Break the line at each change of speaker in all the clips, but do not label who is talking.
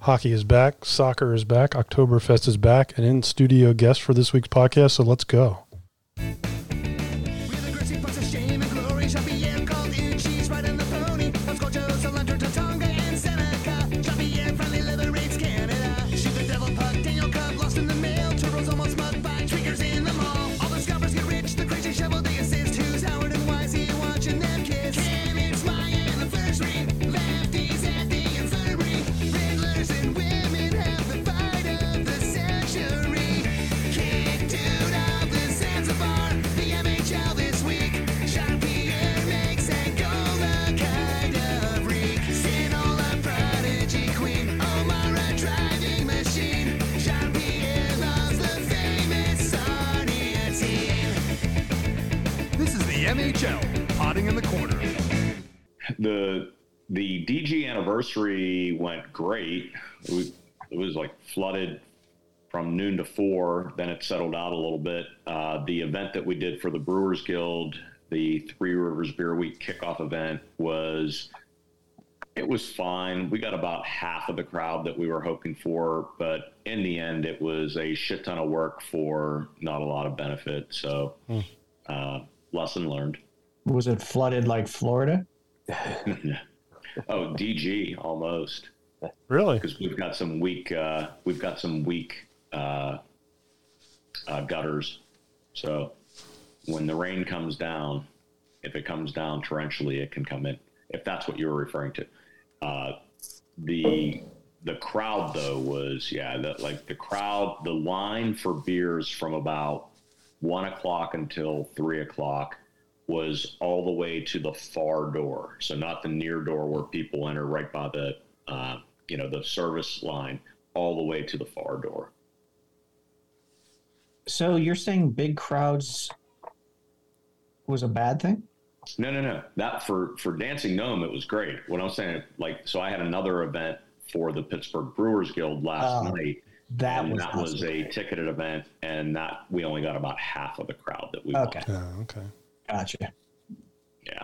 Hockey is back. Soccer is back. Oktoberfest is back. And in studio guest for this week's podcast. So let's go.
With a gritty bunch of shame and glory, Jean-Pierre called in, she's riding the pony. From Scorchos, Electra, Tatonga, and Seneca, Jean-Pierre finally liberates Canada. Shoot the devil puck, Daniel Cub lost in the mail, Turbo's almost mugged by tweakers in the mall. All the scoffers get rich, the crazy shovel they assist. Who's Howard and why is he watching them kiss? Cam, it's my anniversary, lefties at the infirmary. Riddlers and women have the fight of the century. Kicked out of the Zanzibar, the MHL this week. Jean-Pierre makes Angola kind of reek. Sinola prodigy queen, Omara driving machine. Jean-Pierre loves the famous Sarnia team. This is the MHL, potting in the corner.
the the DG anniversary went great. We, it was like flooded from noon to four. Then it settled out a little bit. Uh, the event that we did for the Brewers Guild, the Three Rivers Beer Week kickoff event, was it was fine. We got about half of the crowd that we were hoping for, but in the end, it was a shit ton of work for not a lot of benefit. So, uh, lesson learned.
Was it flooded like Florida?
Oh, DG almost.
Really?
because we've got some weak uh, we've got some weak uh, uh, gutters. So when the rain comes down, if it comes down torrentially, it can come in. If that's what you were referring to, uh, the the crowd though was yeah that like the crowd the line for beers from about one o'clock until three o'clock was all the way to the far door. So not the near door where people enter right by the uh, you know the service line, all the way to the far door.
So you're saying big crowds was a bad thing?
No, no, no. That for for Dancing Gnome, it was great. What I'm saying, like, so I had another event for the Pittsburgh Brewers Guild last
Oh,
night.
That
and
was,
that was a ticketed event, and that we only got about half of the crowd that we
okay.
wanted.
Yeah, okay.
Gotcha.
Yeah.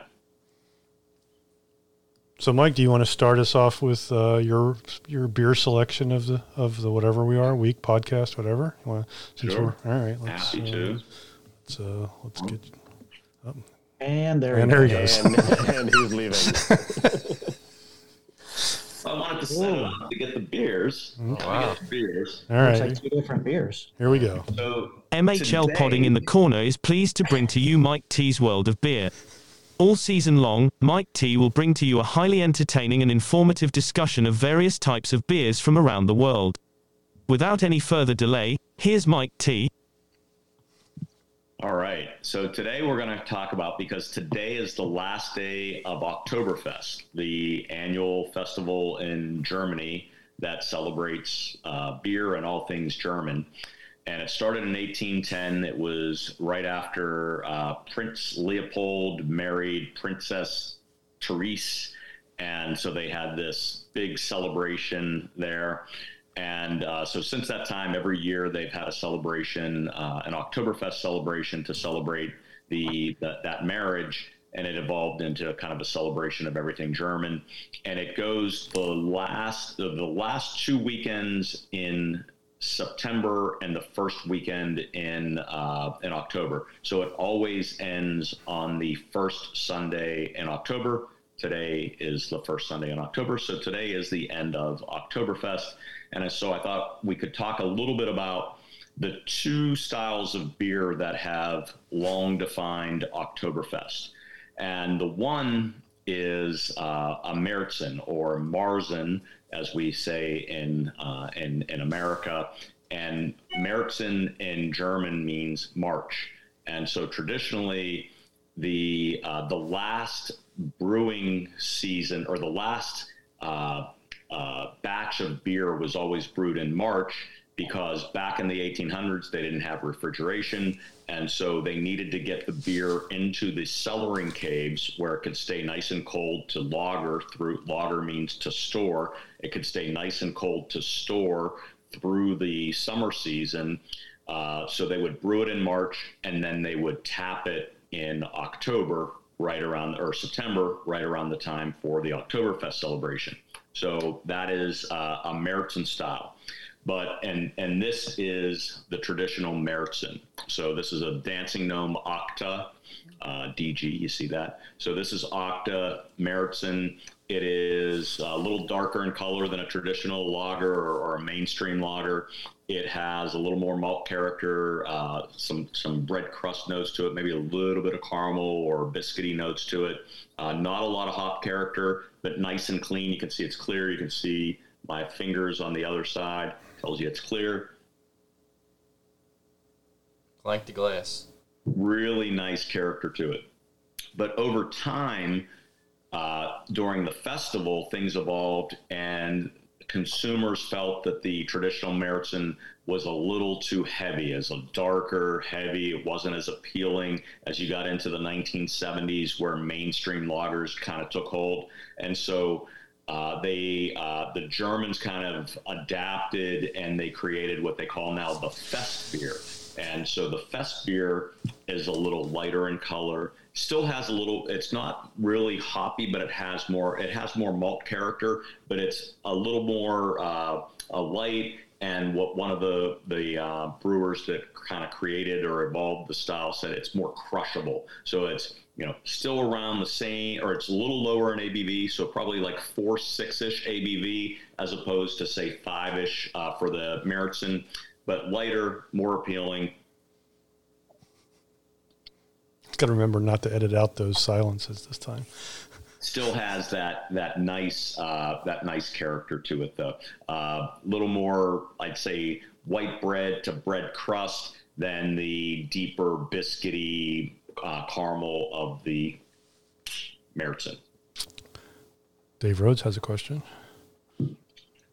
So, Mike, do you want to start us off with uh, your your beer selection of the of the whatever we are week podcast whatever? You want to,
Sure.
All right. Let's,
Happy
uh,
to.
Let's uh, let's get.
And there.
And
we
there he
go.
goes.
and, and he's leaving.
I wanted to set it up to get the beers.
Wow.
Beers.
All
Looks
right.
like two different beers.
Here we go.
So
MHL Podding in the Corner is pleased to bring to you Mike T's World of Beer. All season long, Mike T will bring to you a highly entertaining and informative discussion of various types of beers from around the world. Without any further delay, here's Mike T.
All right. So today we're going to talk about because today is the last day of Oktoberfest, the annual festival in Germany that celebrates uh, beer and all things German. And it started in 1810. It was right after uh, Prince Leopold married Princess Therese. And so they had this big celebration there. And uh, so since that time, every year they've had a celebration, uh, an Oktoberfest celebration to celebrate the, that that marriage. And it evolved into a kind of a celebration of everything German. And it goes the last the, the last two weekends in September and the first weekend in uh, in October. So it always ends on the first Sunday in October. Today is the first Sunday in October, so today is the end of Oktoberfest, and so I thought we could talk a little bit about the two styles of beer that have long defined Oktoberfest. And the one is uh, a Märzen or Marzen, as we say in, uh, in, in America. And Märzen in German means March. And so traditionally, the, uh, the last brewing season or the last uh, uh, batch of beer was always brewed in March because back in the 1800s they didn't have refrigeration and so they needed to get the beer into the cellaring caves where it could stay nice and cold to lager through lager means to store it could stay nice and cold to store through the summer season uh, so they would brew it in March and then they would tap it in October, right around or September, right around the time for the Oktoberfest celebration. So that is uh, a Märzen style. But and and this is the traditional Märzen. So this is a dancing gnome octa, uh, DG. You see that? So this is octa Märzen. It is a little darker in color than a traditional lager or, or a mainstream lager. It has a little more malt character, uh, some some bread crust notes to it, maybe a little bit of caramel or biscuity notes to it. Uh, not a lot of hop character, but nice and clean. You can see it's clear. You can see my fingers on the other side tells you it's clear.
Clank the glass.
Really nice character to it. But over time, uh, during the festival, things evolved, and consumers felt that the traditional Märzen was a little too heavy, as a darker, heavy. It wasn't as appealing as you got into the 1970s, where mainstream lagers kind of took hold, and so. Uh, they uh, the Germans kind of adapted and they created what they call now the fest beer, and so the fest beer is a little lighter in color. Still has a little. It's not really hoppy, but it has more. It has more malt character, but it's a little more uh, a light. And what one of the the uh, brewers that kind of created or evolved the style said it's more crushable. So it's you know still around the same, or it's a little lower in ABV. So probably like four six ish ABV as opposed to say five ish uh, for the Meritzen, but lighter, more appealing.
Got to remember not to edit out those silences this time.
still has that that nice uh, that nice character to it though. A little more, I'd say, white bread to bread crust than the deeper biscuity uh, caramel of the Märzen.
Dave Rhodes has a question.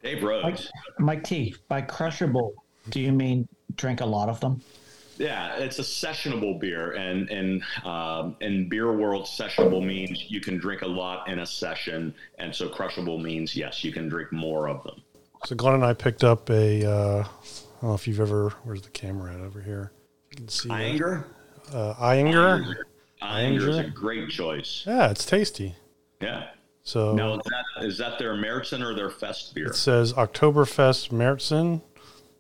Dave Rhodes.
Mike T, by crushable, do you mean drink a lot of them?
Yeah, it's a sessionable beer, and and um, in beer world, sessionable means you can drink a lot in a session, and so crushable means yes, you can drink more of them.
So Glenn and I picked up a. Uh, I don't know if you've ever. Where's the camera at over here? You can see. that.
Iinger,
Uh, Iinger.
Iinger Uh, is a great choice.
Yeah, it's tasty.
Yeah.
So
Now is that is that their Meritzen or their Fest beer?
it says Oktoberfest Märzen,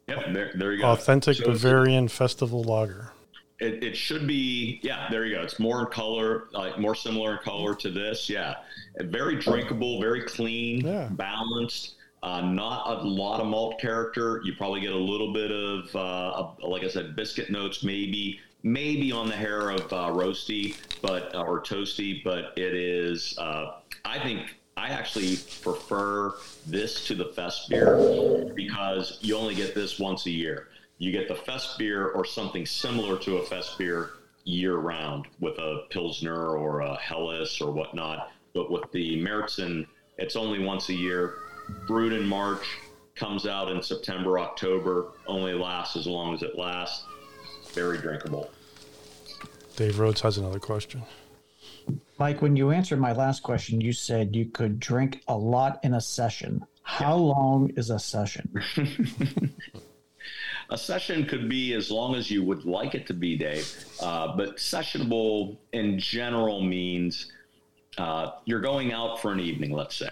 Yep, there, there you go.
authentic
So it's-
Bavarian festival lager.
It, it should be yeah. There you go. It's more in color, like more similar in color to this. Yeah, very drinkable, very clean,
Yeah.
balanced. Uh, not a lot of malt character. You probably get a little bit of, uh, like I said, biscuit notes, maybe, maybe on the hair of uh, roasty, but uh, or toasty. But it is. Uh, I think I actually prefer this to the fest beer because you only get this once a year. You get the fest beer or something similar to a fest beer year round with a pilsner or a Helles or whatnot. But with the Märzen, it's only once a year. Brewed in March, comes out in September, October. Only lasts as long as it lasts. Very drinkable.
Dave Rhodes has another question.
Mike, when you answered my last question, you said you could drink a lot in a session. How long is a session?
a session could be as long as you would like it to be, Dave. Uh, but sessionable in general means uh, you're going out for an evening, let's say.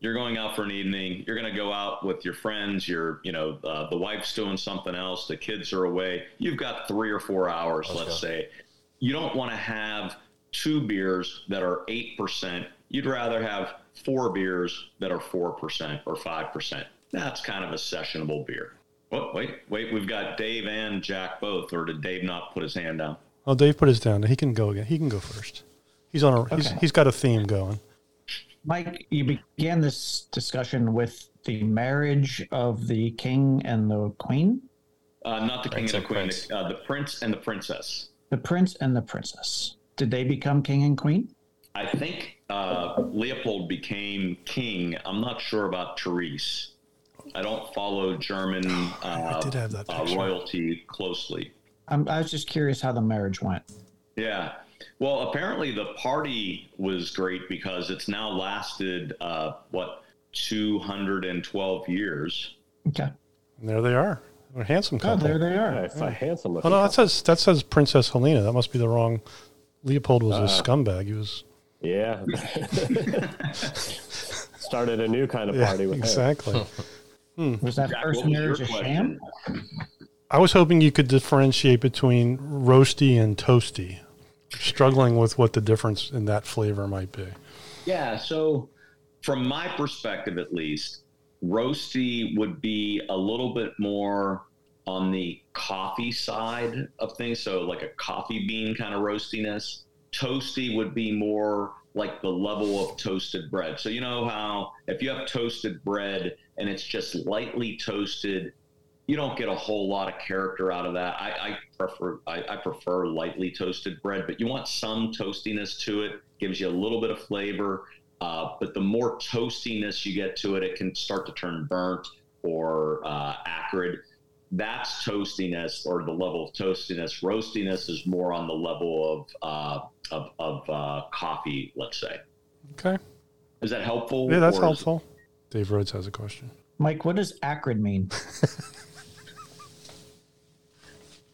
You're going out for an evening. You're going to go out with your friends. Your, you know, uh, the wife's doing something else. The kids are away. You've got three or four hours, let's,
go.
say. You don't want to have two beers that are eight percent. You'd rather have four beers that are four percent or five percent. That's kind of a sessionable beer. Oh, wait, wait. We've got Dave and Jack both, or did Dave not put his hand down?
Oh, Dave put his down. He can go again. He can go first. He's on a. He's,
Okay.
he's got a theme going.
Mike, you began this discussion with the marriage of the king and the queen,
Uh, not the king
Prince
and the
and
queen,
prince.
the, uh, the prince and the princess.
the prince and the princess. Did they become king and queen?
I think uh, Leopold became king. I'm not sure about Therese. I don't follow German uh,
did have that
uh,
picture.
royalty closely.
I'm, I was just curious how the marriage went.
Yeah. Well, apparently the party was great because it's now lasted, uh, what, 212 years.
Okay.
And there they are. They're a handsome
Oh,
couple.
there they are.
It's a handsome
oh
looking.
no, that says that says Princess Helena. That must be the wrong. Leopold was a scumbag. He was
Yeah. started a new kind of
Yeah,
party with her.
exactly.
Was that
Jack,
first
what was your
marriage a sham?
question?
I was hoping you could differentiate between roasty and toasty. Struggling with what the difference in that flavor might be.
Yeah. So, from my perspective, at least, roasty would be a little bit more on the coffee side of things. So, like a coffee bean kind of roastiness. Toasty would be more like the level of toasted bread. So, you know how if you have toasted bread and it's just lightly toasted, you don't get a whole lot of character out of that. I, I prefer I, I prefer lightly toasted bread, but you want some toastiness to it. Gives you a little bit of flavor, uh, but the more toastiness you get to it, it can start to turn burnt or uh, acrid. That's toastiness or the level of toastiness. Roastiness is more on the level of uh, of, of uh, coffee. Let's say.
Okay.
Is that helpful?
Yeah, that's
or is-
helpful. Dave Rhodes has a question.
Mike, what does acrid mean?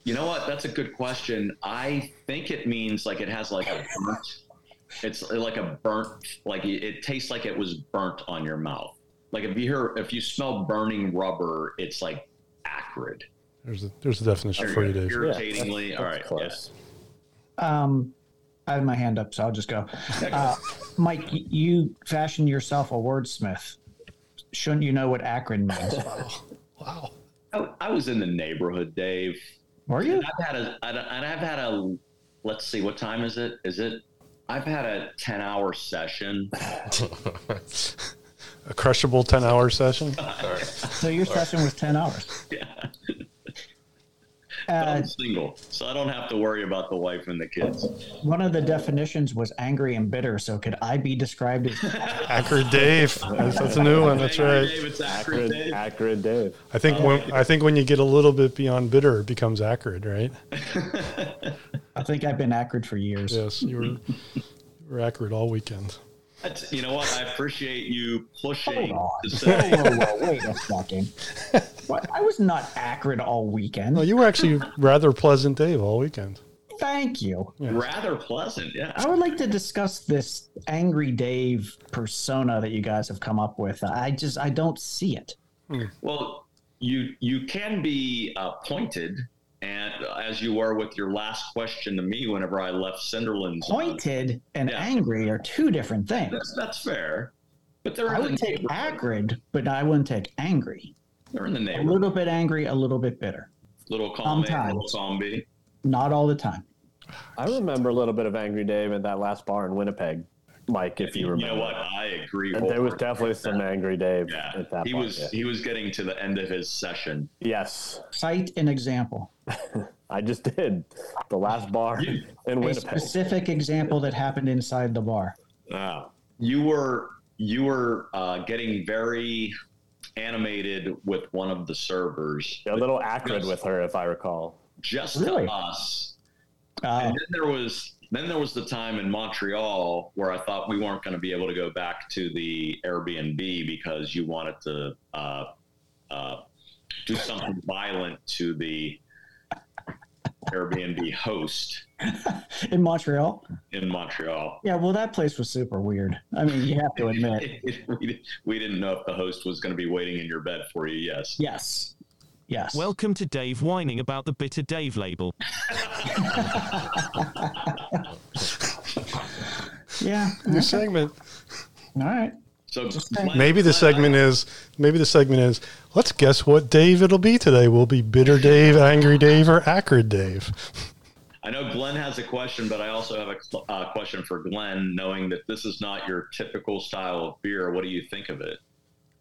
You know what? That's a good question. I think it means like it has like a burnt. It's like a burnt, like it it tastes like it was burnt on your mouth. Like if you hear, if you smell burning rubber, it's like acrid,
There's a, there's a definition for you, Dave.
Yeah, that's-
irritatingly.
that's
All right,
close.
Um, I have my hand up, so I'll just go. Uh, Mike, y- you fashioned yourself a wordsmith. Shouldn't you know what acrid means?
yeah. Oh, I, I was in the neighborhood, Dave.
Were you?
And I've had a, and I- and I've had a. Let's see, what time is it? Is it? I've had a ten-hour session.
A crushable 10 hour session.
So your session was 10 hours.
Yeah. Um,
Uh,
I'm single, so I don't have to worry about the wife and the kids.
one of the definitions was angry and bitter. So could I be described as
Acrid Dave. That's, that's a new one. That's
Angry
right.
Dave, it's acrid,
Acrid,
Dave.
acrid Dave.
I think when I think when you get a little bit beyond bitter, it becomes acrid, right?
I think I've been acrid for years.
Yes, you were, you were acrid all weekend.
That's, you know what? I appreciate you
Hold
pushing
on.
to
Whoa,
say.
whoa, whoa. Wait a second. What? I was not acrid all weekend.
No, you were actually rather pleasant Dave all weekend.
Thank you.
Rather pleasant, yeah.
I would like to discuss this angry Dave persona that you guys have come up with. I just I don't see it.
Well, you you can be uh, pointed, and uh, as you were with your last question to me, whenever I left Cinderland's
Pointed and
Yeah.
angry are two different things.
that's that's fair. But they're
I
in
would
the
take
neighborhood.
acrid, but I wouldn't take angry.
They're in the
A
neighborhood.
little bit angry, a little bit bitter.
Little column A,
Sometimes.
little column B.
Not all the time.
I remember a little bit of Angry Dave at that last bar in Winnipeg, Mike, if you
You
remember.
know what? I agree.
And There was
wholeheartedly.
definitely some Angry Dave
yeah.
at that
He
bar,
was
yeah.
he was getting to the end of his session.
Yes,
Cite an example.
I just did. The last bar in
A
Winnipeg.
specific example that happened inside the bar.
Wow. You were you were uh, getting very animated with one of the servers,
A little acrid with her, if I recall.
just
Really?
to us.
Uh,
And then there was then there was the time in Montreal where I thought we weren't going to be able to go back to the Airbnb because you wanted to uh, uh, do something violent to the Airbnb host
in Montreal.
in Montreal.
Yeah, well, that place was super weird. I mean, you have to admit.
we, di- we didn't know if the host was going to be waiting in your bed for you. Yes.
Yes. Yes.
Welcome to Dave whining about the Bitter Dave label.
yeah.
New segment.
All right.
So
saying.
Maybe the segment is maybe the segment is let's guess what Dave it'll be today. Will be bitter Dave, angry Dave, or acrid Dave.
I know Glenn has a question, but I also have a cl- uh, question for Glenn, knowing that this is not your typical style of beer. What do you think of it?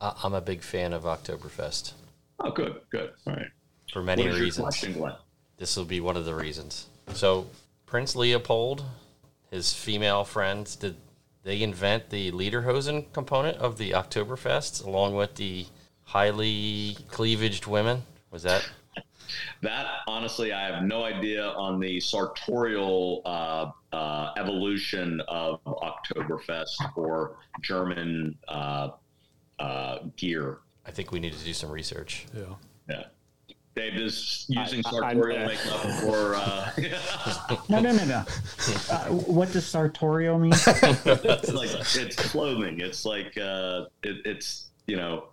I, I'm a big fan of Oktoberfest
Oh, good, good. All right.
for many
what is your
reasons.
question, Glenn?
This will be one of the reasons. So Prince Leopold, his female friends, did they invent the lederhosen component of the Oktoberfest along with the highly cleavaged women? Was that
That honestly, I have no idea on the sartorial uh, uh, evolution of Oktoberfest or German uh, uh, gear.
I think we need to do some research.
Yeah.
Yeah. Dave is using
I- I-
sartorial
I'm-
makeup for. Uh,
No, no, no, no. Uh, what does sartorial mean?
it's like it's clothing. It's like uh, it, it's you know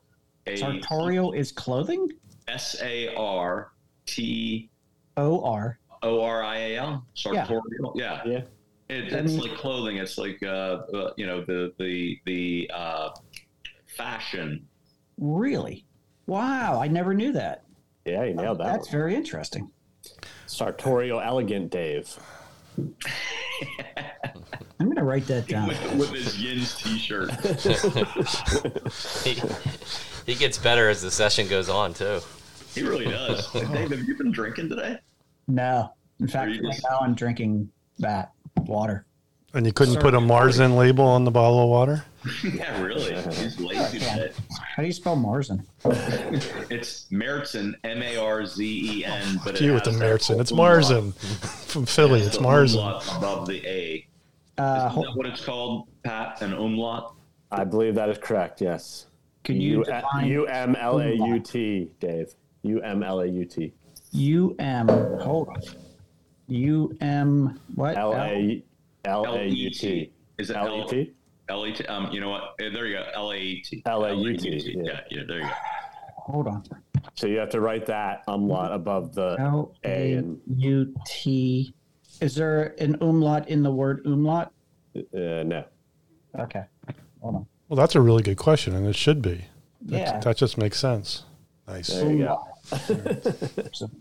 a
sartorial is clothing.
S A R T
O R.
O R I A L sartorial. Yeah,
Yeah.
It,
I
it's
mean-
like clothing. It's like uh, uh, you know the the the uh, fashion.
Really? Wow! I never knew that.
Yeah, you nailed that.
That's
one.
very interesting.
Sartorial elegant Dave.
I'm gonna write that down.
With, with his Yin's T-shirt,
he, he gets better as the session goes on too.
he really does. Dave, have you been drinking today?
No, in fact,
you
right
just-
now I'm drinking that water.
And you couldn't put a Marzen label on the bottle of water?
Yeah, really. He's lazy. but
How do you spell Marzen?
It's Marzen, M A R Z E N. But
You with the Marzen. It's Marzen from Philly. It's Marzen.
above the A.
Uh,
Is
ho-
that what it's called, Pat? An umlaut.
I believe that is correct. Yes.
can you
U
define
M L A U T, Dave. U M L A U T.
U M? Hold on. U M what?
L A L
L
A
E
U T.
T. Is it
L E T?
L E T. Um, you know what? Eh, There you go. L A E T.
L A U T, yeah.
Yeah, yeah. There you go.
Hold on.
So you have to write that umlaut above the
L
A
A
and
U T. Is there an umlaut in the word umlaut?
uh, no.
Okay. Hold on.
Well, that's a really good question, and it should be.
Yeah.
That just makes sense. Nice.
There you go.
So-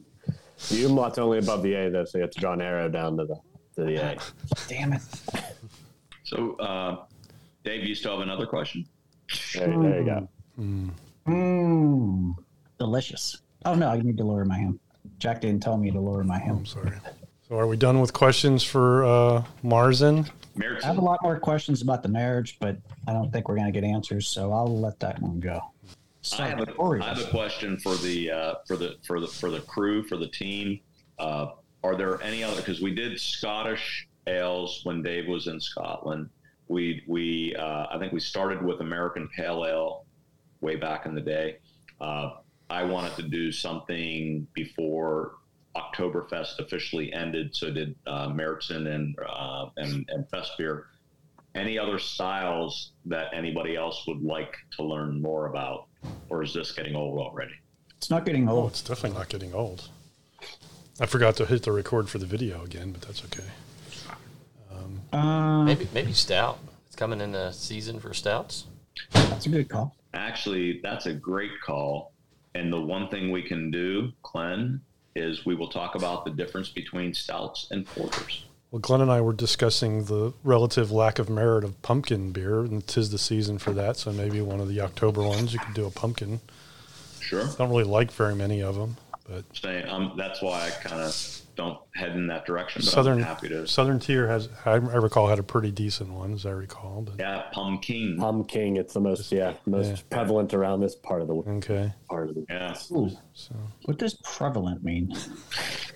The umlaut's only above the A though, so you have to draw an arrow down to the to the A.
damn it.
So, uh, Dave, you still have another question?
There, there you go.
Mmm. Delicious. Oh no, I need to lower my hand. Jack didn't tell me to lower my
I'm
hand.
sorry. So, are we done with questions for uh, Marzen?
I have a
Marzen.
lot more questions about the marriage, but I don't think we're going to get answers, so I'll let that one go.
I have, a,
Sartorius.
I have a question for the uh, for the for the for the crew for the team. Uh, are there any other? Because we did Scottish ales when Dave was in Scotland. We we uh, I think we started with American Pale Ale way back in the day. Uh, I wanted to do something before Oktoberfest officially ended, so did uh, Meritzen and uh, and and Fest beer. Any other styles that anybody else would like to learn more about, or is this getting old already?
It's not getting
Oh,
old.
it's definitely not getting old. I forgot to hit the record for the video again, but that's okay.
Uh,
Maybe maybe stout. It's coming in the season for stouts.
that's a good call.
Actually, that's a great call. And the one thing we can do, Glenn, is we will talk about the difference between stouts and porters.
Well, Glenn and I were discussing the relative lack of merit of pumpkin beer, and 'tis the season for that. So maybe one of the October ones, you could do a pumpkin.
Sure.
Don't really like very many of them, but
Saying, um, that's why I kind of don't head in that direction. But
Southern
I'm happy to.
Southern Tier has, I, I recall, had a pretty decent one, as I recall. But
Yeah, pumpkin.
Pumpkin, it's the most yeah, most
Yeah.
prevalent around this part of the
okay,
part of the
Yeah.
Ooh,
so
what does prevalent mean?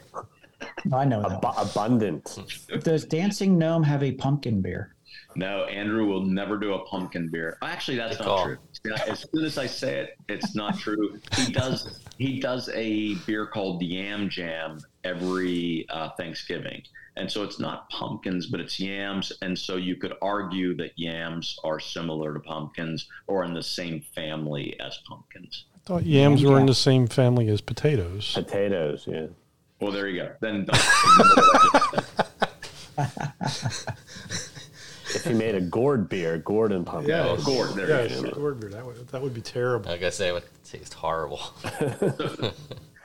No, I know that.
Ab- abundant.
one. Does Dancing Gnome have a pumpkin beer?
No, Andrew will never do a pumpkin beer. Actually, that's
Good
not
call.
true. Yeah, as soon as I say it, it's not true. He does he does a beer called Yam Jam every uh, Thanksgiving, and so it's not pumpkins, but it's yams. And so you could argue that yams are similar to pumpkins or in the same family as pumpkins.
I thought yams were in the same family as potatoes.
Potatoes, yeah.
Well, there you go. Then don't.
If you made a gourd beer, gourd and pumpkin.
Yeah,
gourd. There you go.
yeah, gourd beer. That would that would be terrible.
Like I say, it would taste horrible.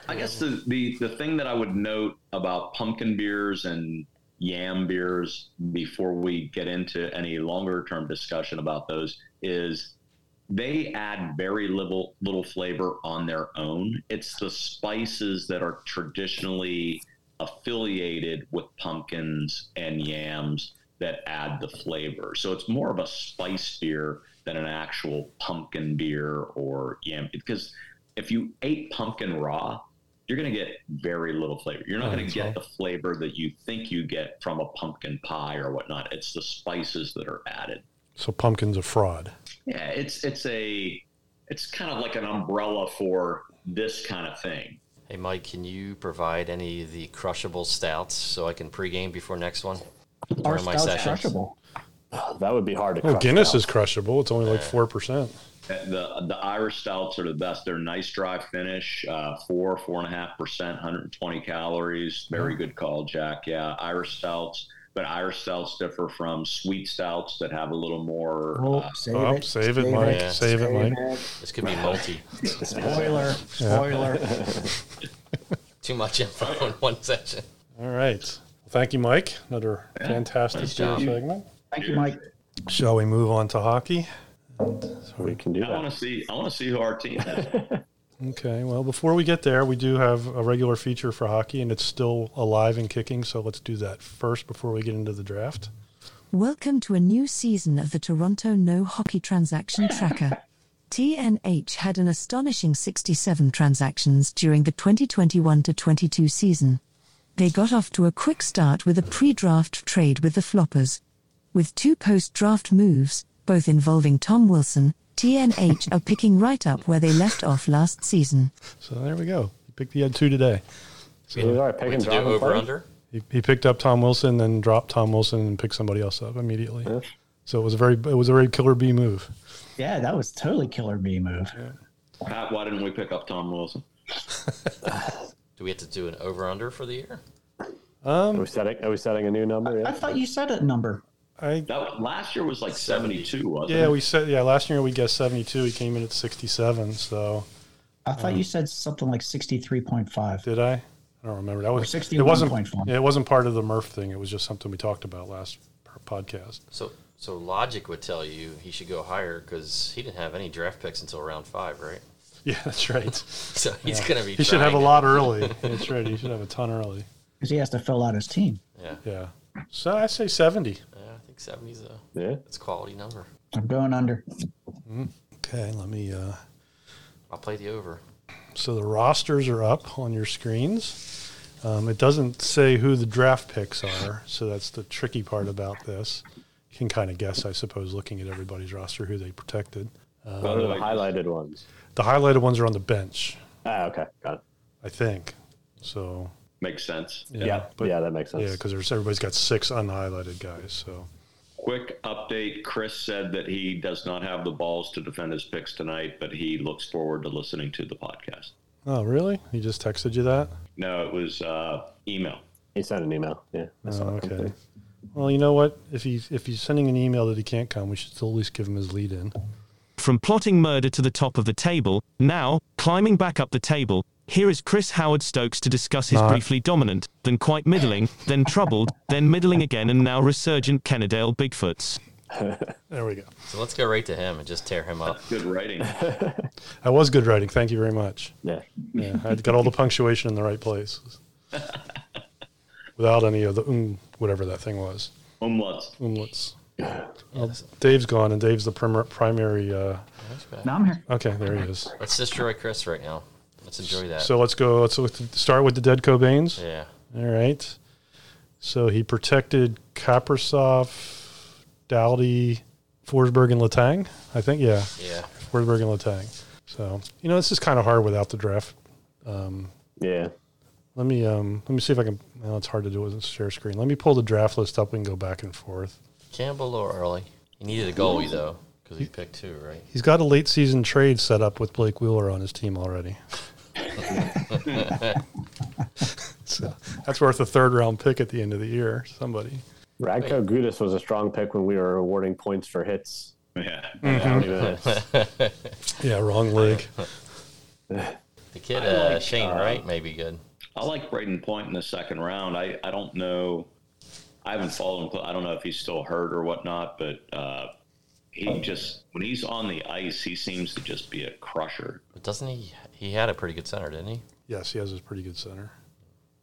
I guess the, the, the thing that I would note about pumpkin beers and yam beers before we get into any longer term discussion about those is they add very little little flavor on their own. It's the spices that are traditionally affiliated with pumpkins and yams that add the flavor. So it's more of a spice beer than an actual pumpkin beer or yam because if you ate pumpkin raw, you're going to get very little flavor. You're not
Yeah,
going to
that's
get
right.
the flavor that you think you get from a pumpkin pie or whatnot. It's the spices that are added.
So pumpkin's a fraud.
Yeah, it's it's a it's kind of like an umbrella for this kind of thing.
Hey, Mike, can you provide any of the crushable stouts so I can pregame before next one?
Our
of my
stouts
sessions.
crushable.
That would be hard to.
Well,
crush
Oh, Guinness
down.
is crushable. It's only like four percent.
Uh, The the Irish stouts are the best. They're nice dry finish, uh, four four and a half percent, 120 calories. Very good call, Jack. Yeah, Irish stouts, but Irish stouts differ from sweet stouts that have a little more.
Oh,
uh,
save
Oh,
it.
save it, Mike.
Yeah.
Save it, Mike.
This could be multi.
Spoiler. Spoiler.
Too much info in one session.
All right. Well, thank you, Mike. Another fantastic
Nice
beer
job.
segment.
Thank you, Mike.
Shall we move on to hockey?
we can do
I want
that.
to see. I want to see who our team is.
Okay. Well, before we get there, we do have a regular feature for hockey, and it's still alive and kicking. So let's do that first before we get into the draft.
Welcome to a new season of the Toronto No Hockey Transaction Tracker. TNH had an astonishing 67 transactions during the 2021 22 season. They got off to a quick start with a pre draft trade with the Floppers. With two post draft moves, both involving Tom Wilson, TNH are picking right up where they left off last season.
So there we go. He picked the Ed two today.
These are pick
We have
and
to do
drop and
over
play.
under.
He, he picked up Tom Wilson, then dropped Tom Wilson, and picked somebody else up immediately. So it was a very it was a very killer B move.
Yeah, that was totally killer B move.
Pat, why didn't we pick up Tom Wilson?
Do we have to do an over under for the year?
Are we setting? Are we setting a new number?
I
Yeah.
thought you said a number.
I
That last year was like 72, wasn't
yeah
it?
we said yeah last year we guessed seventy two. He came in at sixty seven. So
I thought
Mm.
you said something like 63.5.
did I? I don't remember. That was it wasn't
61.5.
yeah, it wasn't part of the Murph thing. It was just something we talked about last podcast.
So, so logic would tell you he should go higher because he didn't have any draft picks until round five, right?
Yeah, that's right.
So he's going to be.
He should have a
trying.
lot early. That's right. He should have a ton early.
Because he has to fill out his team.
Yeah,
Yeah. So I say 70.
yeah I think seventy's a
yeah.
it's a quality number.
I'm going under.
Okay, let me. Uh,
I'll play the over.
so the rosters are up on your screens. Um, it doesn't say who the draft picks are, so that's the tricky part about this. You can kind of guess, I suppose, looking at everybody's roster who they protected.
Those
Oh,
are the highlighted ones.
The highlighted ones are on the bench,
Ah, okay, got it.
I think. So
Makes sense.
Yeah, yeah,
but-
that makes sense.
yeah, because everybody's got six unhighlighted guys. So
Quick update Chris said that he does not have the balls to defend his picks tonight, but he looks forward to listening to the podcast.
oh, really? He just texted you that?
No, it was uh, email.
he sent an email. Yeah. I saw
Oh,
it come
okay.
through.
Well, you know what? If he's if he's sending an email that he can't come, we should at least give him his lead in.
From plotting murder to the top of the table, now, climbing back up the table, here is Chris Howard Stokes to discuss his briefly dominant, then quite middling, then troubled, then middling again, and now resurgent Kennedale Bigfoots.
There we go.
So let's go right to him and just tear him up.
Good writing.
That was good writing. Thank you very much.
Yeah.
Yeah, I got all the punctuation in the right place, without any of the um, whatever that thing was.
Umlauts.
Umlets. Well, Dave's gone, and Dave's the prim- primary. Uh,
Now I'm here.
okay, there he is.
Let's destroy Chris right now. Let's enjoy that.
So let's go. Let's look start with the dead Cobains.
yeah,
All right. So he protected Kaprasov, Dowdy, Forsberg, and Latang. I think, yeah,
yeah.
Forsberg and Latang. So you know, this is kind of hard without the draft.
Yeah.
Let me um, let me see if I can. Well, it's hard to do with a share screen. Let me pull the draft list up. We can go back and forth.
Campbell or Early. He needed a goalie though because he picked two, right?
He's got a late season trade set up with Blake Wheeler on his team already. so that's worth a third round pick at the end of the year. Somebody.
Radko Gudis was a strong pick when we were awarding points for hits.
Yeah.
I don't even-
Yeah, wrong league.
The kid uh, Shane Wright may be good.
I like Braden Point in the second round. I, I don't know. I haven't followed him. clo- I don't know if he's still hurt or whatnot, but uh, he just, when he's on the ice, he seems to just be a crusher.
But doesn't he? He had a pretty good center, didn't he?
Yes, he has a pretty good center.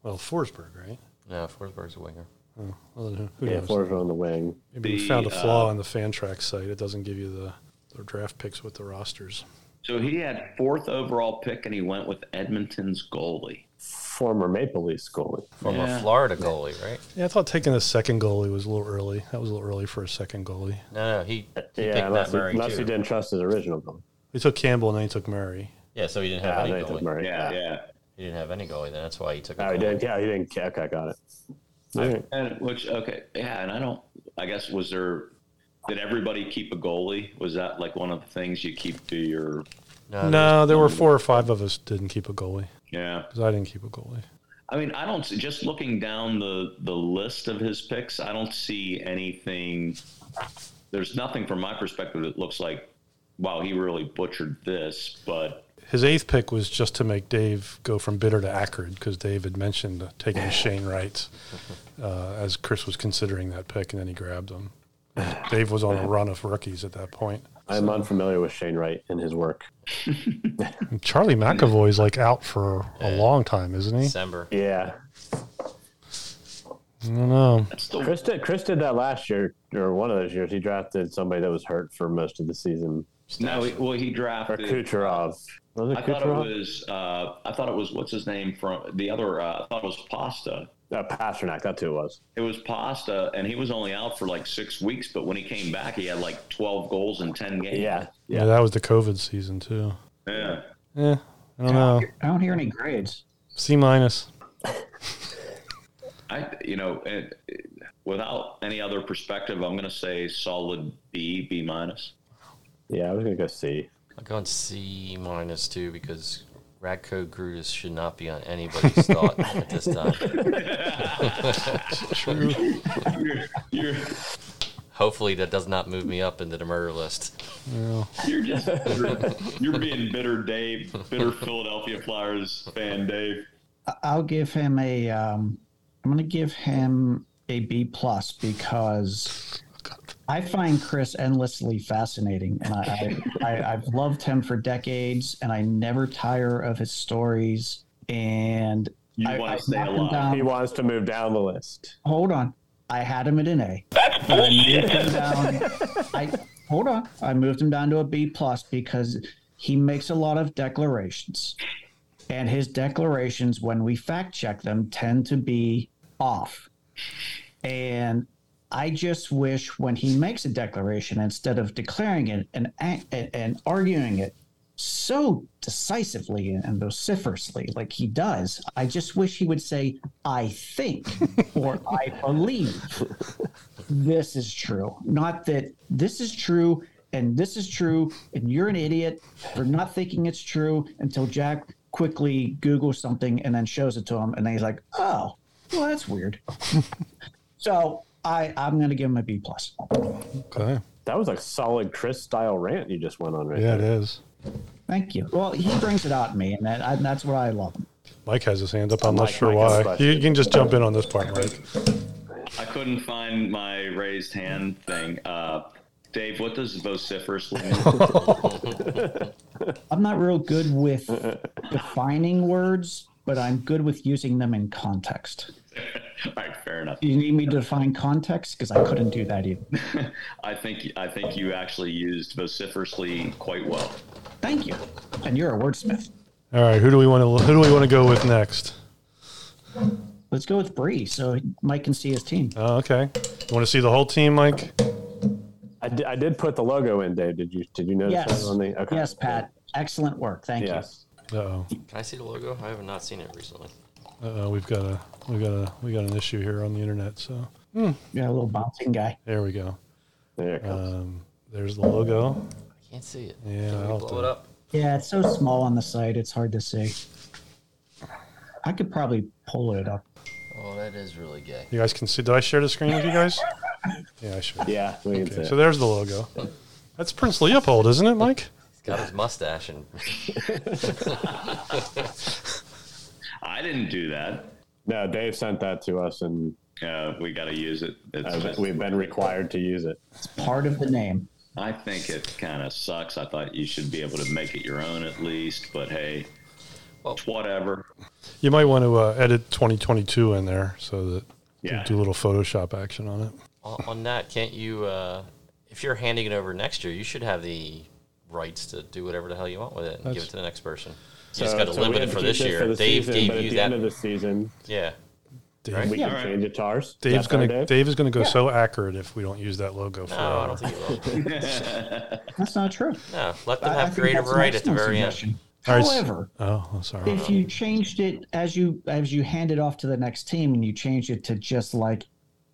Well, Forsberg, right?
No, Forsberg's a winger.
Well, then who who
yeah,
knows?
Flores on the wing.
Maybe we
The,
found a flaw on the Fantrax site. It doesn't give you the, the draft picks with the rosters.
So he had fourth overall pick and he went with Edmonton's goalie.
Former Maple Leafs goalie.
Former Florida goalie, right?
Yeah, I thought taking a second goalie was a little early. That was a little early for a second goalie.
No, no, he, he
yeah,
picked
unless,
Matt
he,
Murray
unless he
too.
didn't trust his original goalie.
They took Campbell and then he took Murray.
Yeah, so he didn't
Yeah,
have any
Nathan
goalie.
Murray.
Yeah, yeah.
He didn't have any goalie then. That's why he took. a
Oh, he
goalie.
didn't. Yeah, he didn't. yeah, Okay, got it. All right.
And which okay, yeah, and I don't. I guess was there? Did everybody keep a goalie? Was that like one of the things you keep to your?
No,
no, there were four or five of us didn't keep a goalie
Yeah,
because I didn't keep a goalie.
I mean, I don't. see- Just looking down the the list of his picks, I don't see anything. There's nothing from my perspective that looks like, wow, he really butchered this. But
His eighth pick was just to make Dave go from bitter to acrid because Dave had mentioned taking Shane Wright uh, as Chris was considering that pick, and then he grabbed him. Dave was on a run of rookies at that point.
I'm unfamiliar with Shane Wright and his work.
And Charlie McAvoy's like out for a long time, isn't he?
December.
Yeah,
I don't know.
that's the
Chris did. Chris did that last year or one of those years. He drafted somebody that was hurt for most of the season.
no. He, well, he
Or
drafted.
Kucherov. Was uh, it
I thought it
Kucherov?
was. Uh, I thought it was what's his name from the other. Uh, I thought it was Pasta.
Uh, Pasternak. That's who it was.
It was Pasta, and he was only out for like six weeks. But when he came back, he had like twelve goals in ten games.
Yeah.
Yeah, that was the COVID season too.
yeah.
Yeah, I don't know.
I don't hear any grades.
C minus.
I, you know, it, it- without any other perspective, I'm going to say solid B, B minus.
Yeah, I was gonna go see.
I'll go on C minus two because Radko Grudis should not be on anybody's thought at this time.
True.
You're, you're,
Hopefully, that does not move me up into the murder list.
you're just you're, you're being bitter, Dave, bitter Philadelphia Flyers fan, Dave.
I'll give him a. Um, I'm going to give him a B plus because I find Chris endlessly fascinating, and I, I, I I've loved him for decades, and I never tire of his stories. And
You
I,
wanna
I've
stay
knocked him
alive.
down-
He wants to move down the list.
hold on. I had him at an A. But I moved him down. I hold on. I moved him down to a B plus because he makes a lot of declarations, and his declarations, when we fact check them, tend to be off. And I just wish when he makes a declaration, instead of declaring it and a- and, and arguing it so decisively and, and vociferously, like he does, I just wish he would say, "I think" or "I believe." this is true. Not that this is true and this is true and you're an idiot for not thinking it's true until Jack quickly Googles something and then shows it to him and then he's like, oh, well that's weird. so I I'm gonna give him a B plus.
Okay.
That was a solid Chris style rant you just went on right
Yeah, it
there.
is.
Thank you. Well, he brings it out in me, and that, I, that's what I love.
Mike has his hand up. I'm not
Mike-
sure
Mike has
why.
flashed
You
it.
can just jump in on this part, Mike.
I couldn't find my raised hand thing. Uh, Dave, what does vociferously mean?
I'm not real good with defining words, but I'm good with using them in context.
All right, fair enough.
You need me to define context because I couldn't do that either.
I think I think you actually used vociferously quite well.
Thank you. And you're a wordsmith.
All right, who do we want to who do we want to go with next?
Let's go with Bree so Mike can see his team.
Oh, okay. You want to see the whole team, Mike?
I did, I did put the logo in, Dave. Did you did you notice
Yes.
that on the okay.
Yes, Pat. Excellent work. Thank
Yes.
Uh-oh.
Can I see the logo? I have not seen it recently.
Uh-oh, we've got a we got a we got an issue here on the internet. So,
you. Yeah, a little bouncing guy.
there we go.
There it comes.
Um, there's the logo.
I can't see it.
Yeah,
Can
I'll
we
have
blow
to-
it up?
Yeah, it's so small on the side, it's hard to see. I could probably pull it up.
Oh, that is really gay.
You guys can see Did I share the screen with you guys? Yeah, I shared.
yeah, we can see
Okay,
it.
so there's the logo. That's Prince Leopold, isn't it, Mike?
He's got his mustache and
I didn't do that.
no, Dave sent that to us, and
Uh, we got to use it. It's
uh,
just-
we've been required to use it.
It's part of the name.
I think it kind of sucks. I thought you should be able to make it your own at least, but hey,
Well-
whatever.
You might want to uh, edit 2022 in there so that you
Yeah.
do a little Photoshop action on it.
on on that, can't you? Uh, if you're handing it over next year, you should have the rights to do whatever the hell you want with it and give
That's-
it to the next person. You
So-
just got to
so we
limit
had
it for
keep
this year.
the
Dave
season,
gave
but
you
at the
that.
end of the season.
yeah,
Dave,
Right?
We
All
can
right.
change it to ours.
Dave's
That's our
gonna
Dave?
Dave is gonna go so accurate if we don't use that logo for.
no, I don't think you will.
That's not true.
No, let
I-
them
I
have
think
creative
that's an
right at the
excellent
very end.
suggestion.
All right, s-
However,
Oh, I'm sorry.
if you changed it as you as you hand it off to the next team and you changed it to just like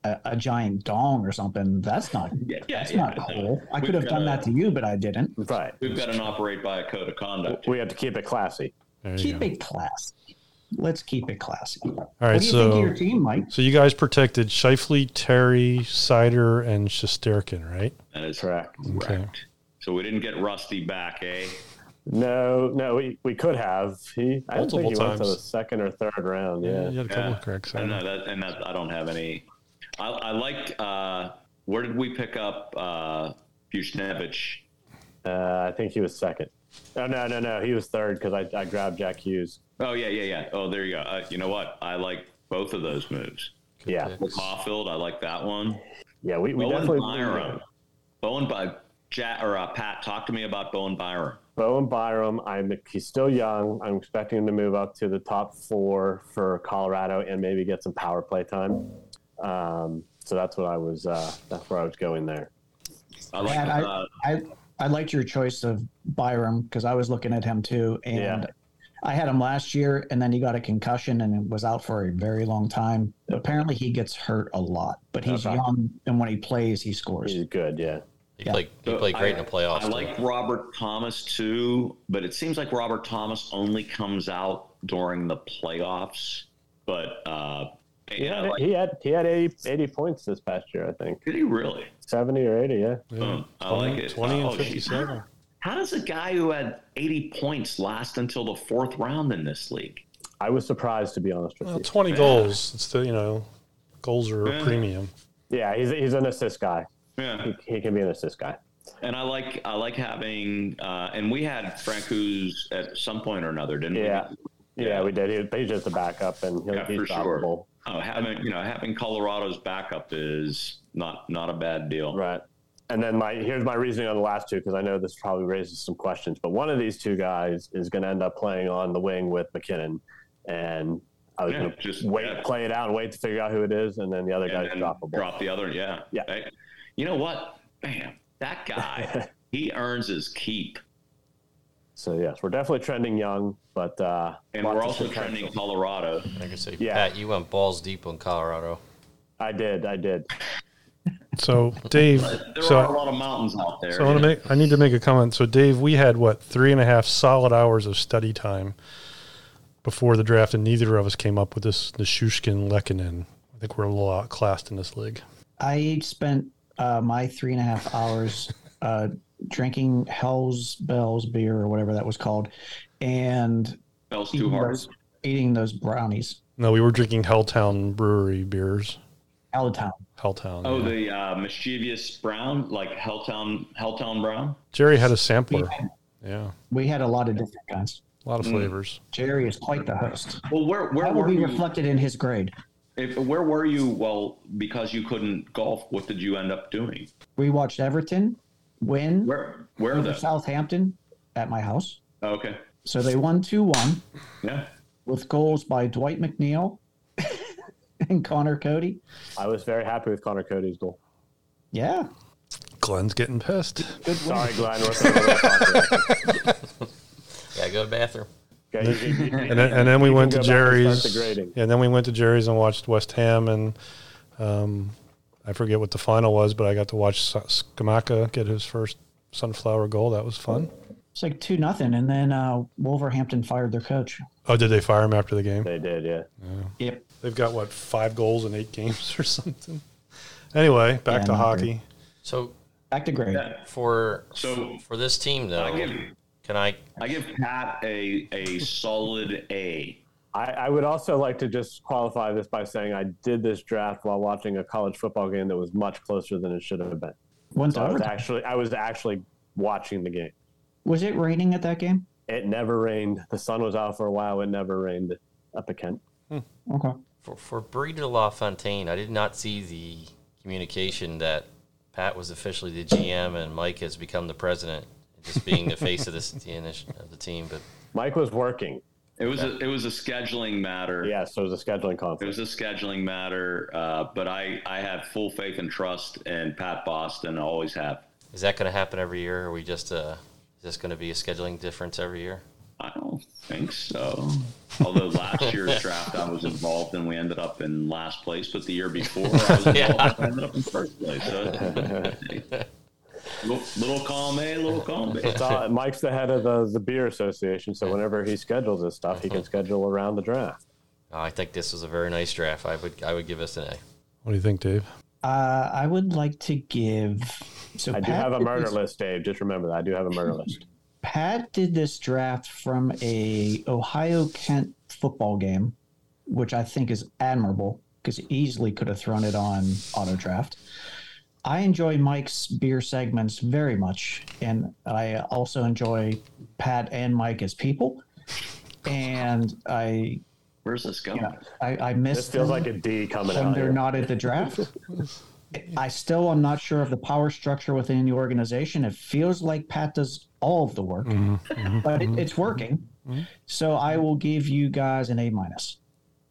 a, a giant dong or something, that's not
Yeah, yeah,
that's
yeah,
not
no.
cool. I
We've
could have done
gotta-
that to you, but I didn't.
Right.
We've got an operate by a code of conduct.
We have to keep it classy.
There you
Keep
go.
it classy. Let's keep it classy. All
right,
what do you think
so-
of your team, Mike?
So you guys protected Shifley, Terry, Cider, and Shesterkin, right?
That is
Correct.
correct. So we didn't get Rusty back, eh?
No, no, we, we could have. He, I don't
Multiple
think he went to
times.
the second or third round.
Yeah,
Yeah.
you had a couple
Yeah.
of corrects.
I
there.
don't know that, and that I don't have any. I, I liked. Uh, where did we pick up uh, Bushnevich?
Uh, I think he was second. Oh, no, no, no. He was third because I, I grabbed Jack Hughes.
Oh yeah, yeah, yeah. Oh, there you go. Uh, you know what? I like both of those moves.
Yeah.
pick.
The Caulfield, I like that one.
Yeah, we, we
Bowen
definitely.
Byram. Bowen by Jack or uh, Pat. Talk to me about Bowen Byram.
Bowen Byram, I'm he's still young. I'm expecting him to move up to the top four for Colorado and maybe get some power play time. Um, so that's what I was. Uh, that's where I was going there.
I like.
Yeah, I-
uh,
I I liked your choice of Byram because I was looking at him too, and
Yeah.
I had him last year, and then he got a concussion and was out for a very long time. Apparently, he gets hurt a lot, but he's
Okay.
young, and when he plays, he scores.
He's good. Yeah,
He
Yeah.
played, he
So
played great
I-
in the
I
playoffs. too.
like Robert Thomas too, but it seems like Robert Thomas only comes out during the playoffs. But uh,
he
yeah,
had,
like,
he had he had 80, 80 points this past year. I think
did he really?
seventy or eighty. Yeah,
Yeah.
Boom. I
20
like it.
20 and
Oh, geez.
57.
How does a guy who had 80 points last until the fourth round in this league?
I was surprised to be honest with
Well,
you.
20 goals. It's the, you know, goals are a
Yeah.
premium.
Yeah, he's he's an assist guy.
Yeah.
He, he can be an assist guy.
And I like I like having uh, and we had Frank who's at some point or another, didn't
Yeah,
we?
yeah, we did. He, but he's just a backup, and he'll,
Yeah,
he's
for sure.
stoppable.
Oh, having you know having Colorado's backup is not not a bad deal.
Right. And then my here's my reasoning on the last two because I know this probably raises some questions. But one of these two guys is going to end up playing on the wing with McKinnon, and I was
Yeah,
going to
just-
just wait,
yeah.
play it out, and wait to figure out who it is, and then the other
and
guy's
then
droppable.
drop the other. Yeah.
Yeah.
Hey, you know what? Man, that guy, he earns his keep.
So yes, we're definitely trending young, but uh,
And
lots
we're
of
also
potential.
trending Colorado.
I could say,
Yeah.
Pat, you went balls deep on Colorado.
I did, I did.
So, Dave,
There are a
so,
lot of mountains out there.
so I, want to make, I need to make a comment. So, Dave, we had what, three and a half solid hours of study time before the draft, and neither of us came up with this, the Shushkin Lekanen. I think we're a lot classed in this league.
I spent uh, my three and a half hours uh, drinking Hell's Bells beer or whatever that was called, and
Bell's
eating
too hard.
those, eating those brownies
No, we were drinking Helltown Brewery beers.
out of town.
Helltown.
Oh,
yeah.
the uh, mischievous Brown, like Helltown, Helltown Brown.
Jerry had a sampler. Yeah.
We had a lot of different kinds.
A lot of flavors.
Jerry is quite the host.
Well, where where
That will
were
be
you?
reflected in his grade.
if, where were you? Well, because you couldn't golf, what did you end up doing?
We watched Everton win
Where where
over
though?
Southampton at my house.
Okay,
So they won 2 1
yeah.
with goals by Dwight McNeil and Connor Cody.
I was very happy with Connor Cody's goal.
Yeah.
Glenn's getting pissed.
Sorry, Glenn. We're throwing away soccer.
Yeah, go to the bathroom.
okay, you- you- you-
and then, and then we
you
went
can
to
go back and start
Jerry's.
the grading.
yeah, and then we went to Jerry's and watched West Ham, and um, I forget what the final was, but I got to watch Sa- Skamaka get his first sunflower goal. That was fun.
It's like 2 nothing, And then uh, Wolverhampton fired their coach.
Oh, did they fire him after the game?
They did, yeah.
Yep.
They've got what five goals in eight games or something. Anyway, back
Yeah,
to
not
hockey.
So
Back to grade.
for
So-
for this team though,
I give
can I?
I give Pat a a solid A.
I, I would also like to just qualify this by saying I did this draft while watching a college football game that was much closer than it should have been.
Went
So
to
I was
overtime.
actually I was actually watching the game.
Was it raining at that game?
It never rained. The sun was out for a while. It never rained up at Kent.
Okay.
For for Brie de La Fontaine, I did not see the communication that Pat was officially the GM and Mike has become the president, just being the face of this the, initi- of the team. But
Mike was working.
It was a, it was a scheduling matter.
Yeah, so it was a scheduling
It
conflict.
was a scheduling matter, uh, but I, I have full faith and trust in Pat Boston. I always have.
is that going to happen every year? Or are we just uh, is this going to be a scheduling difference every year?
I don't think so. Although last year's draft I was involved and we ended up in last place, but the year before I was involved and I ended up in first place. So little, little column A, little column B.
It's all, uh, Mike's the head of the, the beer association, so whenever he schedules his stuff, he can schedule around the draft.
Uh, I think this was a very nice draft. I would I would give us an A.
What do you think, Dave?
Uh, I would like to give. So
I do
Pat
have a
did
murder
this-
list, Dave. Just remember that I do have a murder list.
Pat did this draft from a Ohio Kent football game, which I think is admirable because he easily could have thrown it on auto draft. I enjoy Mike's beer segments very much, and I also enjoy Pat and Mike as people. And I,
Where's this going?
you know, I, I miss
This feels
them
like a D coming
when
out
they're
here.
not at the draft. I still am not sure of the power structure within the organization. It feels like Pat does all of the work,
Mm-hmm.
but it, it's working. So I will give you guys an A minus.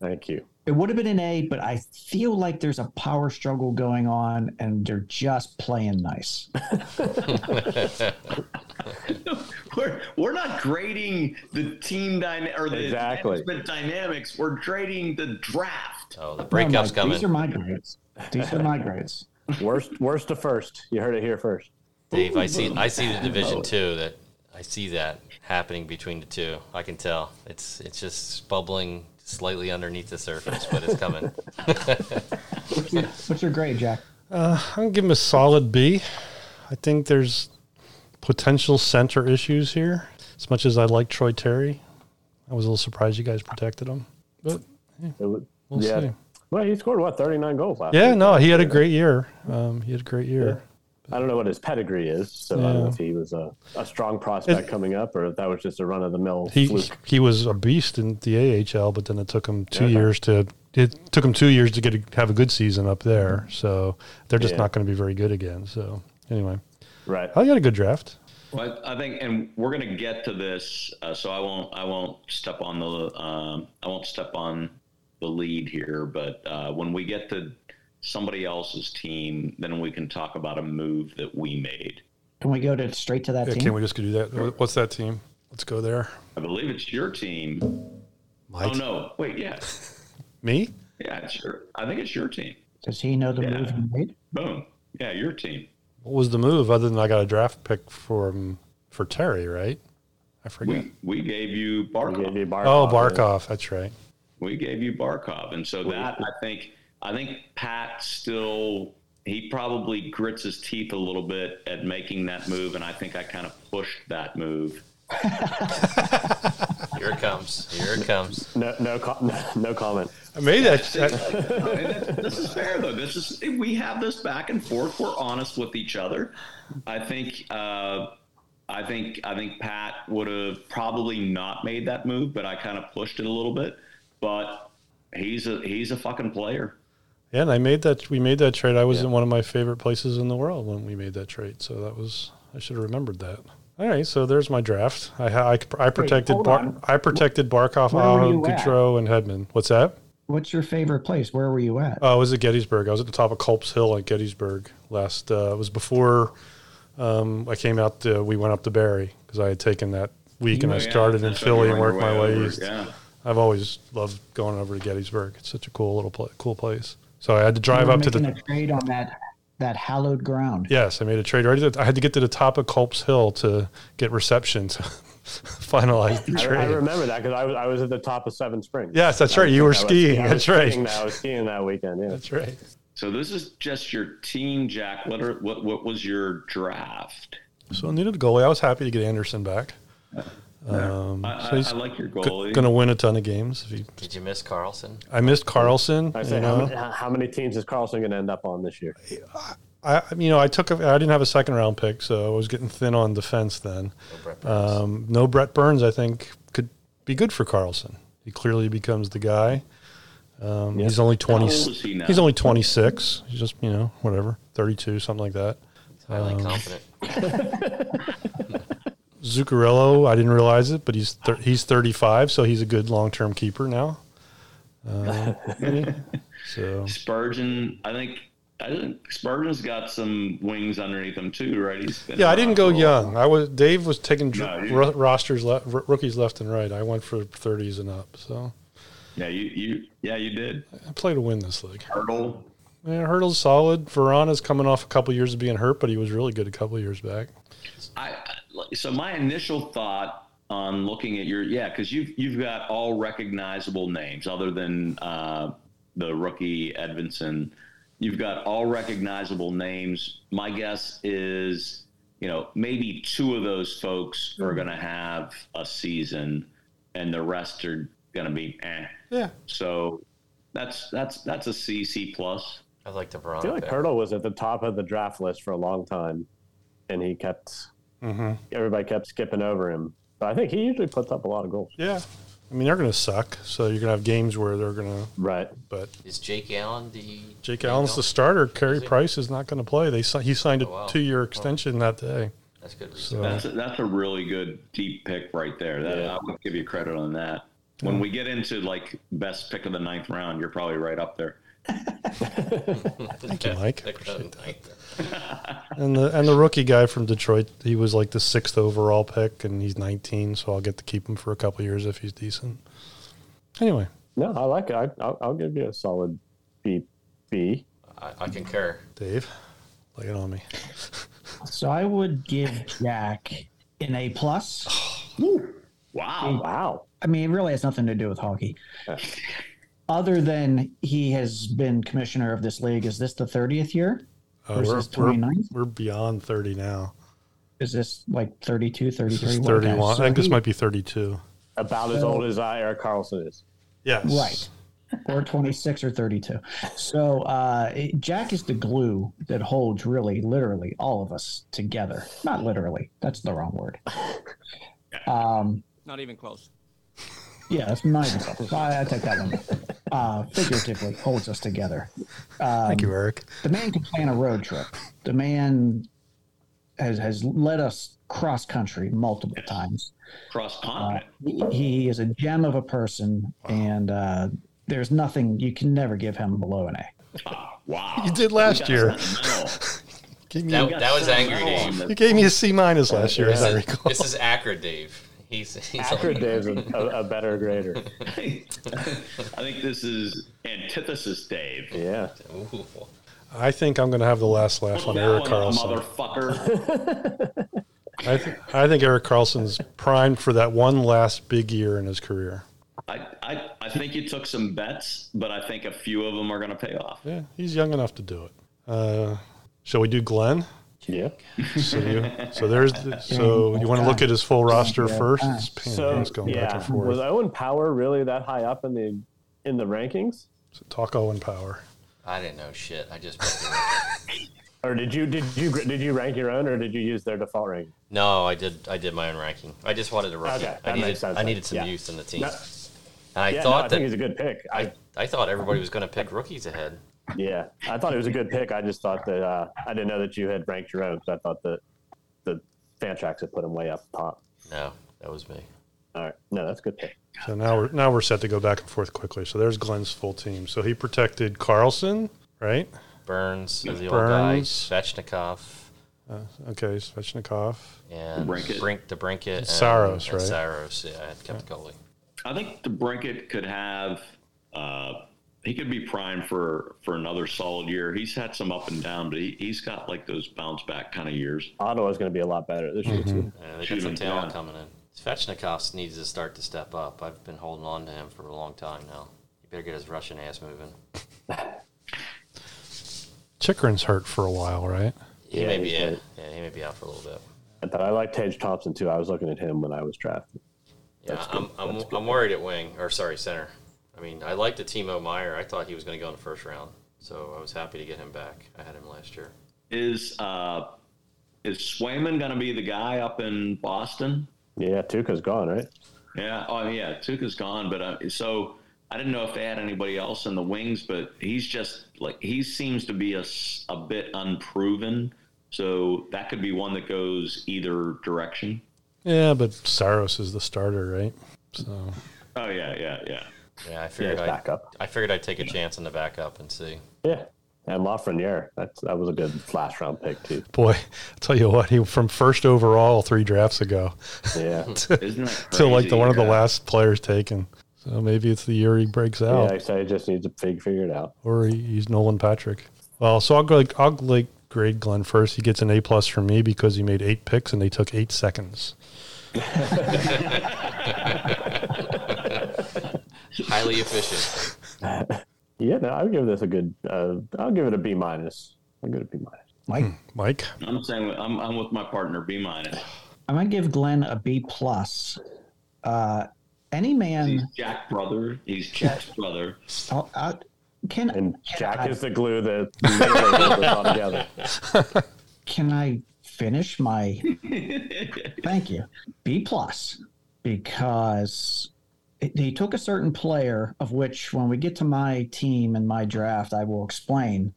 Thank you.
It would have been an A, but I feel like there's a power struggle going on, and they're just playing nice.
We're, we're not grading the team dyna- or the
Exactly.
management dynamics. We're grading the draft.
Oh, the breakups
No, Mike, These are
coming.
my grades. These are my grades.
Worst, worst to first. You heard it here first.
Dave, I see I see the
Oh.
division two that I see that happening between the two. I can tell. It's it's just bubbling slightly underneath the surface, but it's coming.
What's your, what's your grade, Jack?
I'm gonna give him a solid B. I think there's potential center issues here. As much as I like Troy Terry, I was a little surprised you guys protected him. But
It was-
We'll
yeah.
see.
Well, he scored what thirty nine goals last.
yeah,
year.
no, he had a great year. Um, he had a great year.
I don't know what his pedigree is, so I don't know
Yeah.
if he was a, a strong prospect coming up or if that was just a run of the mill
He
fluke.
he was a beast in the AHL, but then it took him two years to it took him two years to get a, have a good season up there. So they're just
Yeah.
not going to be very good again. So anyway,
Right.
I got a good draft.
Well, I, I think, and we're going to get to this, uh, so I won't, I won't step on the, um, I won't step on the lead here. But uh, when we get to somebody else's team, then we can talk about a move that we made.
Can we go to straight to that
Yeah,
team?
can we just do that? What's that team? Let's go there.
I believe it's your team.
Mike,
Oh no, wait, yeah,
me?
yeah, it's your. I think it's your team.
Does he know the move he made?
Boom. Yeah, your team.
What was the move other than I got a draft pick from for Terry, right? I forget.
We we gave you
He gave
Barkov.
you Barkov.
oh, Barkov. That's right.
We gave you Barkov, and so that I think I think Pat still he probably grits his teeth a little bit at making that move, and I think I kind of pushed that move.
Here it comes. Here it comes.
No, no, com- no comment.
I made that. that-
I mean, that- this is fair though. This is we have this back and forth. We're honest with each other. I think uh, I think I think Pat would have probably not made that move, but I kind of pushed it a little bit. But he's a he's a fucking player.
yeah, and I made that. We made that trade. I was in one of my favorite places in the world when we made that trade. So that was. I should have remembered that. All right, so there's my draft. I ha- I, I protected
hold
Bar-
on.
I protected Barkov,
Where were
Aho,
you at?
Goudreau, and Hedman. What's that?
What's your favorite place? Where were you at?
Uh, I was at Gettysburg. I was at the top of Culp's Hill at Gettysburg last. Uh, it was before um, I came out. To, we went up to Barry because I had taken that week and I
Oh, Yeah,
started in
that's
Philly
how
and
you
worked
work
my
your
way
over,
east.
Yeah.
I've always loved going over to Gettysburg. It's such a cool little pla cool place. So I had to drive
We're
up to the.
making a trade on that that hallowed ground.
yes, I made a trade. Right, at the- I had to get to the top of Culp's Hill to get reception to finalize the
I,
trade.
I remember that because I was, I was at the top of Seven Springs.
yes, that's right. You
I
were
was-
skiing.
I was
That's right.
skiing that- I was skiing that weekend. Yeah.
That's right.
So this is just your team, Jack. What are, what what was your draft?
So I needed a goalie. I was happy to get Anderson back. Um,
I,
so
I,
he's
I like your
g-
goalie.
going to win a ton of games. If he,
Did you miss Carlson?
I missed Carlson.
I
you
say, how,
know.
many, how many teams is Carlson going to end up on this year?
I, I- you know, I took. A, I didn't have a second round pick, so I was getting thin on defense then.
Brett Burns.
Um, no Brett Burns, I think, could be good for Carlson. He clearly becomes the guy. Um, He's only twenty.
How old is he now?
He's only twenty six. He's just you know whatever, thirty two, something like that.
Highly
um,
confident.
Zuccarello, I didn't realize it, but he's thir- he's thirty five, so he's a good long term keeper now. Uh, so
Spurgeon. I think I think Spurgeon's got some wings underneath him too, right? He's been
Yeah, I didn't
around
go
for a while.
young. I was Dave was taking
No,
dr-
you-
ro- rosters le- r- rookies left and right. I went for thirties and up. So
Yeah, you, you yeah you did.
I play to win this league.
Hurdle.
Yeah, Hurdle's solid. Verana's coming off a couple years of being hurt, but he was really good a couple years back.
I I- like, so my initial thought on looking at your yeah because you've you've got all recognizable names other than uh, the rookie Edvinson. You've got all recognizable names. My guess is you know maybe two of those folks are going to have a season, and the rest are going to be eh.
Yeah,
So that's that's that's a C C plus.
I like the
I feel
Verona
like
pick.
Hurdle was at the top of the draft list for a long time, and he kept
Mm-hmm.
everybody kept skipping over him. But I think he usually puts up a lot of goals.
yeah. I mean, they're going to suck. So you're going to have games where they're going to.
Right.
But
Is Jake Allen the
Jake
main
Allen's
goal?
the starter. Carey
he?
Price is not going to play. They si- he signed a
Oh, wow.
two-year
Oh.
extension that day.
That's good.
So
research.
That's a, that's a really good deep pick right there. That, I would give you credit on that. When we get into like best pick of the ninth round, you're probably right up there.
thank you, Mike.
Pick of the ninth.
And the and the rookie guy from Detroit, he was like the sixth overall pick, and he's 19, so I'll get to keep him for a couple of years if he's decent. Anyway,
No, I like it. I, I'll, I'll give you a solid B. B.
I, I concur.
Dave, lay it on me.
So I would give Jack an A plus.
Wow.
Wow.
I mean, it really has nothing to do with hockey. Other than he has been commissioner of this league. Is this the 30th year?
Uh,
Versus
we're, we're,
29?
we're beyond 30 now.
Is this like 32, 33?
This is
What, guys?
31.
So
I think this
he-
might be 32.
About as old as uh, Eric Carlson is.
Yes.
Right. Or 26 or 32. So uh, it- Jack is the glue that holds really, literally all of us together. Not literally. That's the wrong word. Um,
Not even close.
yeah, that's not even close. I, I take that one. Uh, figuratively holds us together.
Thank you, Eric.
The man can plan a road trip. The man has, has led us cross country multiple times.
Cross continent.
he- he is a gem of a person, and uh, there's nothing you can never give him below an A. Oh,
wow.
You did last year. Gave me,
That, that was angry, Dave.
you gave me a C minus last year, as I
This is,
recall.
this is acrid, Dave. He's, he's on-
Accurate Dave's a, a, a better grader.
I think this is antithesis, Dave.
Yeah.
Ooh.
I think I'm going to have the last laugh
Put
on
that
Eric
one,
Carlson.
motherfucker.
I, th- I think Eric Carlson's primed for that one last big year in his career.
I, I, I think you took some bets, but I think a few of them are going to pay off.
Yeah, he's young enough to do it. Uh, shall we do Glenn?
Yeah.
So, you, so there's the, so you want to look at his full roster first? It's a pain in the
Uh, So
ass going back
yeah,
and
was
forth.
Owen Power really that high up in the in the rankings,
Talk Owen Power.
I didn't know shit. I just
or did you did you did you rank your own, or did you use their default ranking?
no. I did. I did my own ranking. I just wanted a rookie.
Okay, that
I
makes
needed.
sense
I
then.
needed some
Yeah.
youth in the team.
No.
And I
Yeah, no, I
thought
think he's
that
a good pick.
I,
I
I thought everybody was going to pick rookies ahead.
yeah, I thought it was a good pick. I just thought that uh, I didn't know that you had ranked your own because I thought that the Fantrax had put him way up top.
No, that was me.
All right, no, that's a good pick.
So now we're now we're set to go back and forth quickly. So there's Glenn's full team. So he protected Carlson, right?
Burns is the
Burns.
old guy. Svechnikov
Okay, Svechnikov.
and
Brinkett.
Brink the Brinkett and
Saros,
and
right?
Saros, yeah, I kept the goalie.
I think the Brinkett could have. Uh, he could be primed for for another solid year. He's had some up and down, but he, he's got like those bounce back kind of years.
Ottawa's going to be a lot better this year too.
Yeah, they got some
Shooting,
talent
yeah.
coming in. Svechnikov needs to start to step up. I've been holding on to him for a long time now. He better get his Russian ass moving.
Chikrin's hurt for a while, right?
He
Yeah,
may
he's
be out.
great.
Yeah, he may be out for a little bit.
I thought I liked Tage Thompson too. I was looking at him when I was drafted.
Yeah, I'm, I'm, I'm worried at wing or sorry center. I mean, I liked the Timo Meyer. I thought he was going to go in the first round, so I was happy to get him back. I had him last year.
Is uh, is Swayman going to be the guy up in Boston?
Yeah, Tuca's gone, right?
Yeah. Oh yeah, Tuca's gone, but uh, so I didn't know if they had anybody else in the wings, but he's just like he seems to be a s- a bit unproven. So that could be one that goes either direction.
Yeah, but Saros is the starter, right? So
Oh yeah, yeah, yeah.
Yeah, I
Yeah,
figured
he's
I
back up.
I figured I'd take a chance on the backup and see.
Yeah, And Lafreniere, that's that was a good flash round pick too.
Boy, I'll tell you what, he from first overall three drafts ago
Yeah,
Isn't that
to like the
crazy?
one of the
Yeah.
last players taken. So maybe it's the year he breaks out,
yeah. So he just needs to fig- figure it out.
or he, he's Nolan Patrick. Well, so I'll go. Like, I'll like grade Glenn first. He gets an A plus from me because he made eight picks and they took eight seconds.
Highly efficient.
Yeah, no, I'll give this a good. Uh, I'll give it a B minus. I'll give it a B minus.
Mike,
Mike,
I'm saying I'm, I'm with my partner. B minus.
I'm gonna give Glenn a B plus. Uh, any
He's
man
Jack brother. He's Jack's brother.
oh, uh, can
And
can
Jack
I,
is the glue that literally holds us all together.
can I finish my? thank you. B plus because it- they took a certain player of which, when we get to my team and my draft, I will explain.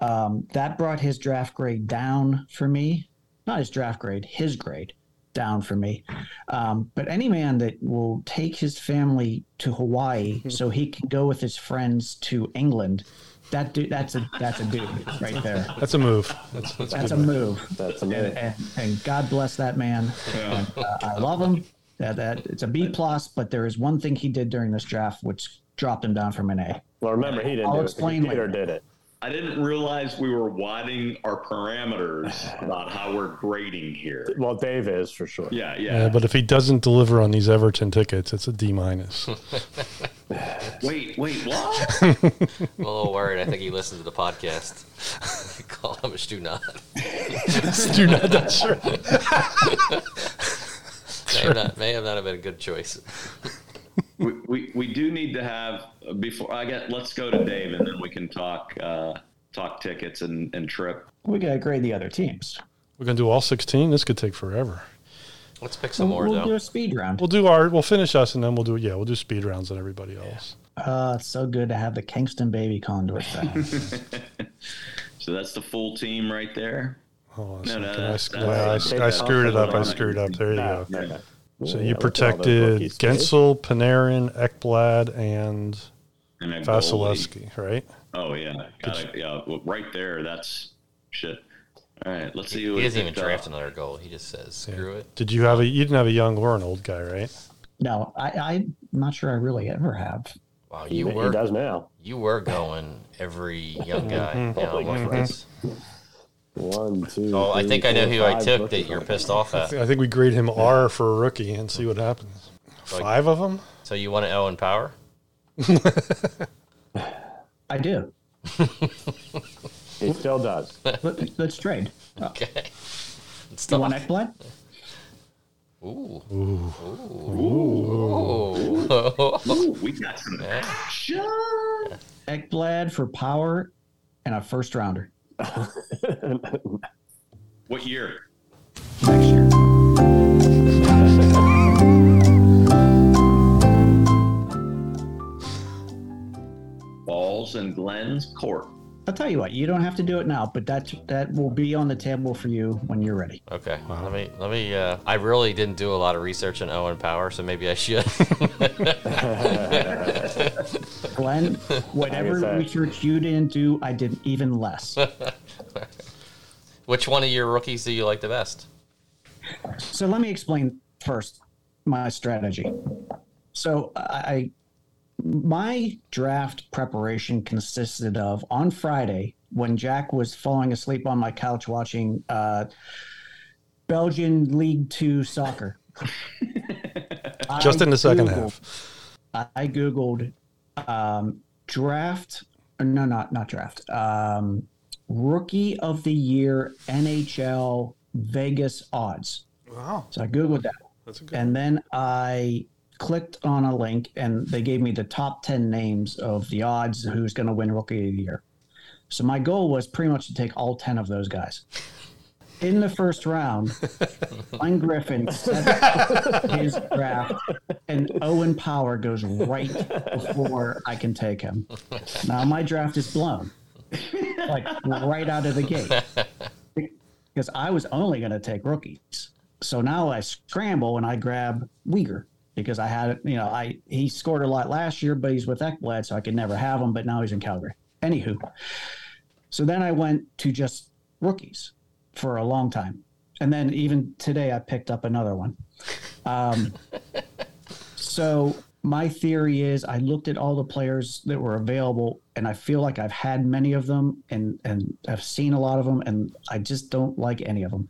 Um, that brought his draft grade down for me. Not his draft grade, his grade down for me. Um, but any man that will take his family to Hawaii so he can go with his friends to England, that dude, that's a that's a dude right there.
that's a move. That's, that's
That's a move
That's amazing.
and, and God bless that man. And, uh, I love him. That, that it's a B plus, but there is one thing he did during this draft which dropped him down from an A.
Well, remember he didn't
I'll
do
explain
it. The computer
later.
did it.
I didn't realize we were widening our parameters about how we're grading here.
Well, Dave is for sure.
Yeah, yeah.
yeah, but if he doesn't deliver on these Everton tickets, it's a D minus.
wait, wait, what?
I'm a little worried. I think he listened to the podcast. Call him a stu nut.
Do not. That's right.
May, have not, may have not have been a good choice.
we, we we do need to have before I get. Let's go to Dave, and then we can talk uh, talk tickets and, and trip.
We gotta grade the other teams.
We're gonna do all sixteen. This could take forever.
Let's pick some more
we'll do
though.
a speed round.
We'll do our. We'll finish us, and then we'll do. Yeah, we'll do speed rounds on everybody else.
Uh, it's so good to have the Kingston baby conduit back.
So that's the full team right there.
Hold on a
No, no,
second. Oh, I, screwed,
that's- that's-
I,
that's-
I screwed it up. I screwed up. There you
No,
go.
no, no.
So you
Yeah, look at all those
protected
rookies, Dave.
Gensel, Panarin, Ekblad, and
And then goalie.
Vasilevsky, right?
Oh yeah, got yeah. well, Right there. That's shit. All right, let's see. who
He
we
doesn't even
picked up.
draft another goal. He just says, "Screw it."
Did you have a? You didn't have a young or an old guy, right?
no, I, I'm not sure I really ever have.
Wow,
He,
you
he
were
does now.
you were going every young guy. down
Mhm.
like this.
One, two.
Oh, I
three,
think I know
four,
who I
five
took
rookies
that you're
on it.
pissed off at.
I think we grade him R for a rookie and see what happens. Five of them.
So you want to Owen Power?
I do.
He still does.
Let, let's trade. Uh,
Okay. Let's
you
talk.
want Ekblad?
Ooh. Ooh. Ooh.
Ooh, we got some action.
Ekblad for power and a first rounder.
What year?
next year.
Balls and Glenn's court.
I'll tell you what, you don't have to do it now, but that that will be on the table for you when you're ready.
Okay. Let me let me uh I really didn't do a lot of research on Owen Power, so maybe I should.
Glenn,
I
whatever
guess I-
research you didn't do, I did even less.
Which one of your rookies do you like the best?
so let me explain first my strategy. So I my draft preparation consisted of on Friday when Jack was falling asleep on my couch watching uh, Belgian League Two soccer. I
Just in the second
Googled-
half.
I googled um, draft. or No, not not draft. Um, rookie of the year NHL Vegas odds.
Wow,
So I googled that,
that's a good.
and then I clicked on a link, and they gave me the top ten names of the odds of who's going to win rookie of the year. So my goal was pretty much to take all ten of those guys. In the first round, Glenn Griffin set his draft, and Owen Power goes right before I can take him. Now my draft is blown, like right out of the gate, because I was only going to take rookies. So now I scramble and I grab Uyghur because I had, you know, I he scored a lot last year, but he's with Ekblad, so I could never have him. But now he's in Calgary. Anywho, So then I went to just rookies for a long time. And then even today, I picked up another one. Um, so my theory is I looked at all the players that were available and I feel like I've had many of them and, and I've seen a lot of them and I just don't like any of them.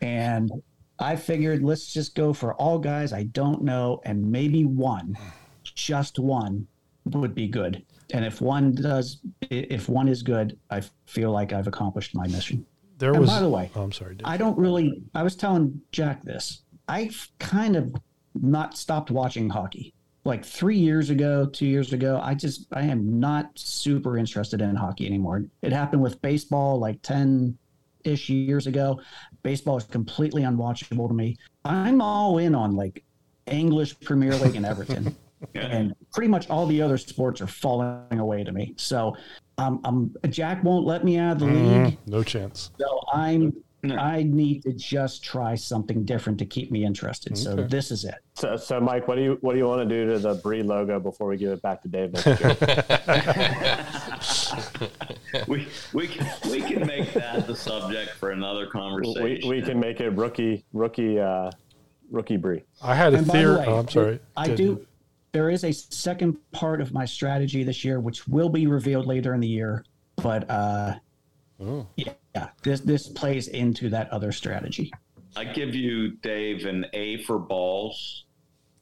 And I figured let's just go for all guys I don't know and maybe one, just one would be good. And if one does, i- if one is good, I feel like I've accomplished my mission.
There
And
was.
by the way,
oh, I'm sorry. Dave.
I don't really. I was telling Jack this. I've kind of not stopped watching hockey. Like three years ago, two years ago, I just I am not super interested in hockey anymore. It happened with baseball like ten ish years ago. Baseball is completely unwatchable to me. I'm all in on like English Premier League and Everton, and pretty much all the other sports are falling away to me. So, um, um, Jack won't let me out of the league.
Mm, no chance.
So I'm I need to just try something different to keep me interested. So this is it.
So, so Mike, what do you what do you want to do to the Bree logo before we give it back to Dave next year?
we, we, can, we can make that the subject for another conversation.
we, we can make it rookie rookie uh, rookie Bree.
I had a
And by the
theory.
way,
oh, I'm sorry.
I
Dave,
do. There is a second part of my strategy this year, which will be revealed later in the year. But uh,
Oh.
yeah, yeah, this this plays into that other strategy.
I give you Dave an A for balls,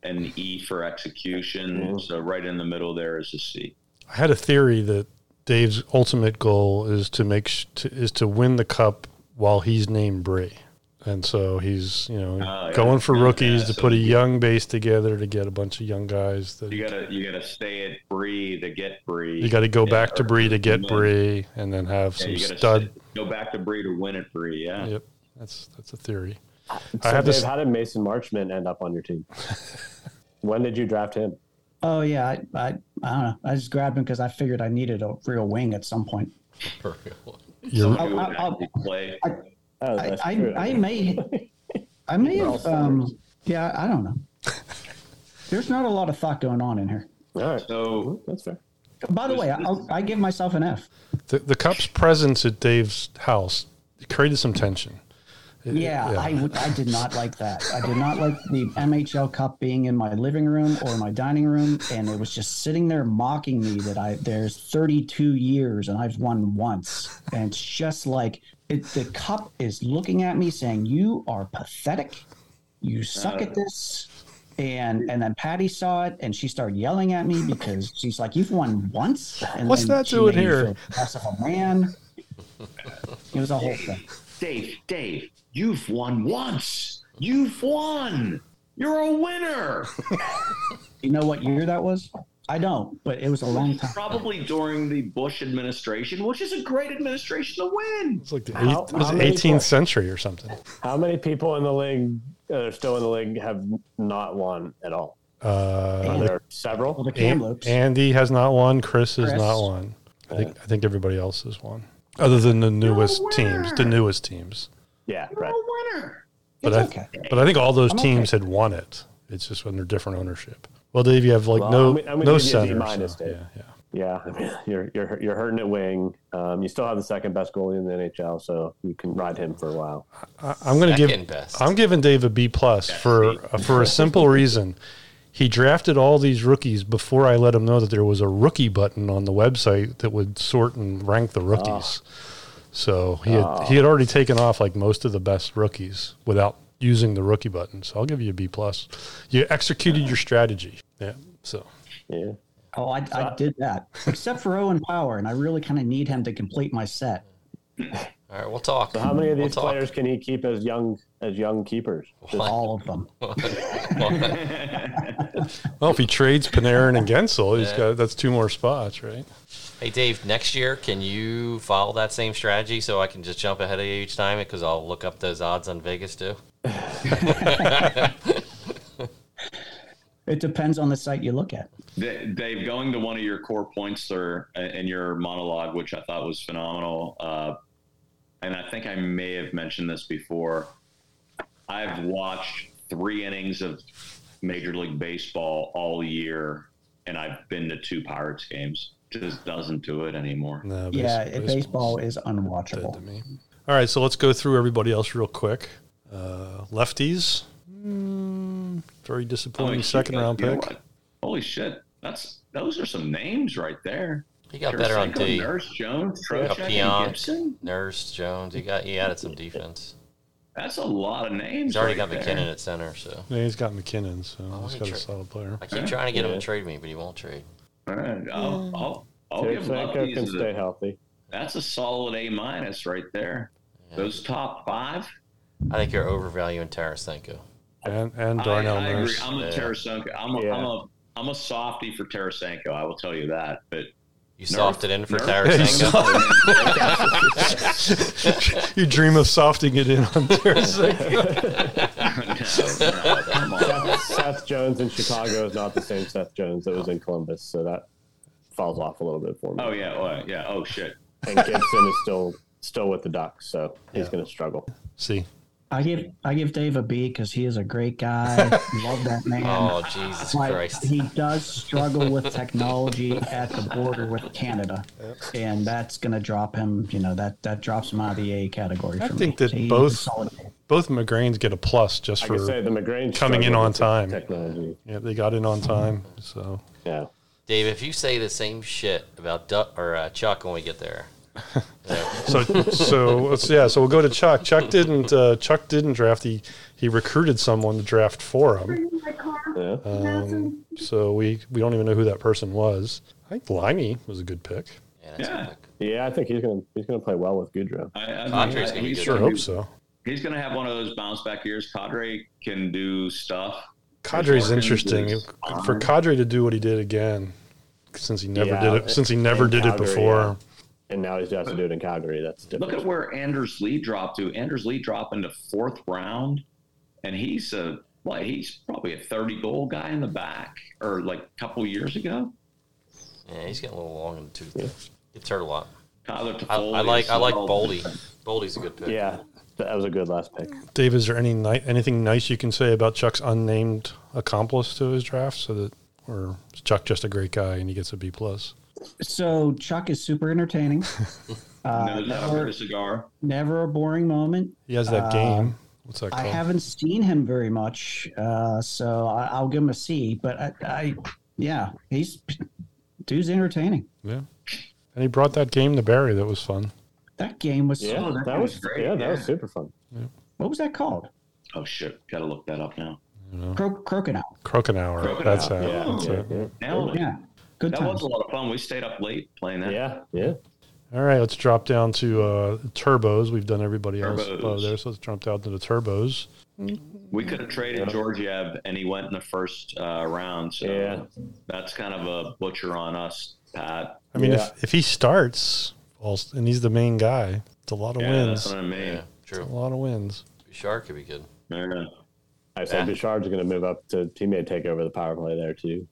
an E for execution. So right in the middle there is a C.
I had a theory that Dave's ultimate goal is to make sh- to, is to win the cup while he's named Bray, and so he's you know
Oh, yeah.
going for
Yeah,
rookies
yeah,
to
so
put a
you-
young base together to get a bunch of young guys that
You gotta you gotta stay at Bree to get Bree.
you got to go
Yeah,
back to
or-
Bree to
or
get
win.
Bree, and then have
Yeah,
some
you gotta
stud.
stay- go back to Bree to win at Bree. Yeah.
Yep, that's that's a theory.
So
I had
Dave,
this.
how did Mason Marchman end up on your team? when did you draft him?
Oh yeah, I I, I don't know. I just grabbed him because I figured I needed a real wing at some point.
For real.
You're,
Who would
I'll- I'll-
actually play?
Oh,
I
that's
I,
true.
I may I may have um, yeah I don't know. There's not a lot of thought going on in here.
All right.
So
That's fair.
By the way, I'll, I give myself an F.
the, the cup's presence at Dave's house created some tension.
Yeah, I, would- I did not like that. I did not like the MHL Cup being in my living room or my dining room, and it was just sitting there mocking me that I there's 32 years and I've won once, and it's just like it, the cup is looking at me saying, "You are pathetic. You suck
Uh.
at this." And and then Patty saw it, and she started yelling at me because she's like, "You've won once." And
What's
then
that
she
doing
made me
here?
feel less of a man. It was a whole thing.
Dave, Dave, you've won once. You've won. You're a winner.
You know what year that was? I don't, but it was a long time.
Probably during the Bush administration, which is a great administration to win.
It's like the
How-
eighth, it was
how many
18th
players-
century or something.
How many people in the league uh, that are still in the league have not won at all?
Uh,
there are
Well,
several.
the
An-
Kamloops.
Andy has not won. Chris has
Chris.
not won. I think I think everybody else has won, other than the newest teams. The newest teams,
Yeah, right.
but
It's
I
okay.
but I think all those
I'm
teams had won it. It's just under different ownership. Well, Dave, you have like
Well,
no
I'm gonna- I'm gonna
no
give you a D
center.
minus,
so,
Dave.
yeah, yeah.
Yeah, I mean, you're you're you're hurting at wing. Um, you still have the second best goalie in the NHL, so you can ride him for a while.
I, I'm going to give.
Second best.
I'm giving Dave a B plus for uh, for a simple reason. He drafted all these rookies before I let him know that there was a rookie button on the website that would sort and rank the rookies.
Ah.
So he had, he had already taken off like most of the best rookies without using the rookie button. So I'll give you a B plus. You executed your strategy. Yeah. So
Yeah.
Oh, I, I did that, except for Owen Power, and I really kind of need him to complete my set.
All right, we'll talk.
So how many of these
we'll
players can he keep as young as young keepers? Just-
All of them.
well, if he trades Panarin and Gensel, he's got that's two more spots, right?
Talk. Hey, Dave, next year, can you follow that same strategy so I can just jump ahead of you each time? Because I'll look up those odds on Vegas, too.
It depends on the site you look at.
D- Dave, going to one of your core points there uh, in your monologue, which I thought was phenomenal, uh, and I think I may have mentioned this before. I've watched three innings of Major League Baseball all year, and I've been to two Pirates games. just doesn't do it anymore.
No, base-
Yeah, it-
baseball's
baseball is
dead to
unwatchable.
me. All right, so let's go through everybody else real quick. Uh, lefties, mm, very
Oh,
disappointing
you
second
guys-
round
you know
pick.
what? Holy shit! That's those are some names right there.
He got better on
Tarasenko,
D.
Nurse, Jones,
Yeah,
Trocheck, and
Pionk,
Gibson.
Nurse, Jones. He got he added some defense.
That's a lot of names.
He's already
right
got
there.
McKinnon at center, so
Yeah, he's got McKinnon, so
Oh,
he's
he
got a
tra-
solid player.
I keep trying to get him to trade me, but he won't trade.
All right, I'll, I'll, I'll give
Tarasenko can
lefties.
stay
A,
healthy.
that's a solid A minus right there. Those top five.
I think you're overvaluing Tarasenko.
And, and
I-
Darnell
I, agree.
Nurse.
I'm a
Yeah.
Tarasenko. I'm a,
Yeah.
am a I'm a softy for Tarasenko. I will tell you that. But
You softed in for
Nerf.
Tarasenko.
you dream of softing it in on Tarasenko.
no, no, come on.
Seth Jones in Chicago is not the same Seth Jones that was in Columbus, so that falls off a little bit for me.
Oh yeah, oh, yeah. Oh shit.
And Gibson is still still with the Ducks, so he's going to struggle.
See,
I give I give Dave a B because he is a great guy. Love that man.
oh Jesus
Like,
Christ!
He does struggle with technology at the border with Canada, and that's going to drop him. You know that that drops him out of the A category.
I
for
think
me.
that
He's a
both-
solid A.
both McGrains get a plus just
I can say
for
the McGrange
coming in on time.
Technology.
yeah, they got in on time. So
Yeah.
Dave, if you say the same shit about Duck or uh, Chuck when we get there,
so so let's, yeah. So we'll go to Chuck. Chuck didn't uh, Chuck didn't draft. He he recruited someone to draft for him.
Yeah.
Um, so we we don't even know who that person was. I think Limey was a good pick.
yeah, that's
Yeah.
a pick.
Yeah, I think he's going to he's going to play well with Goudreau.
I, I mean,
Cadre's gonna be
he's
good.
Sure
gonna
hope
be-
so.
He's going to have one of those bounce back years. Cadre can do stuff.
Cadre's
Orkins
interesting
is
for Cadre to do what he did again, since he never
Yeah,
did it. Since he never
in
did
Calgary,
it before.
yeah. And now he's has to do it in Calgary. That's
Look
different.
at where Anders Lee dropped to. Anders Lee dropped into fourth round, and he's a like he's probably a thirty goal guy in the back, or like a couple years ago.
yeah, he's getting a little long in the tooth. there. Gets hurt a lot.
Tyler
I,
Toffoli
I like
is
I like
all-
Boldy. Boldy's a good pick.
Yeah, that was a good last pick.
Dave, is there any ni- anything nice you can say about Chuck's unnamed accomplice to his draft, so that or is Chuck just a great guy and he gets a B plus?
So Chuck is super entertaining. Uh,
Knows how to rip a
never,
cigar.
never a boring moment.
He has that game. What's that
I
called?
haven't seen him very much, uh, so I, I'll give him a C. But I, I yeah, he's dude's entertaining.
yeah, and he brought that game to Barry. That was fun.
That game was
Yeah,
so.
that,
that
was
was great,
Yeah, that
yeah.
was super fun.
What was that called?
Oh shit, gotta look that up now.
Cro- Crocodile.
Crokinhour.
Crokinhour,
That's that.
Yeah,
That's
yeah,
it.
yeah.
Nailed it.
Oh, Yeah, good
That
times.
was a lot of fun. We stayed up late playing that.
yeah, yeah.
All right, let's drop down to uh, turbos. We've done everybody else
Turbos.
below there, so let's drop down to the turbos.
We could have traded Georgiev, and he went in the first uh, round. So
Yeah.
that's kind of a butcher on us, Pat.
I mean,
Yeah.
if, if he starts, all, and he's the main guy, it's a lot of
Yeah, that's
wins.
what I mean.
yeah,
A
true.
lot of wins.
Bouchard could be good.
Yeah.
I said Bouchard's going to move up to. He may take over the power play there too.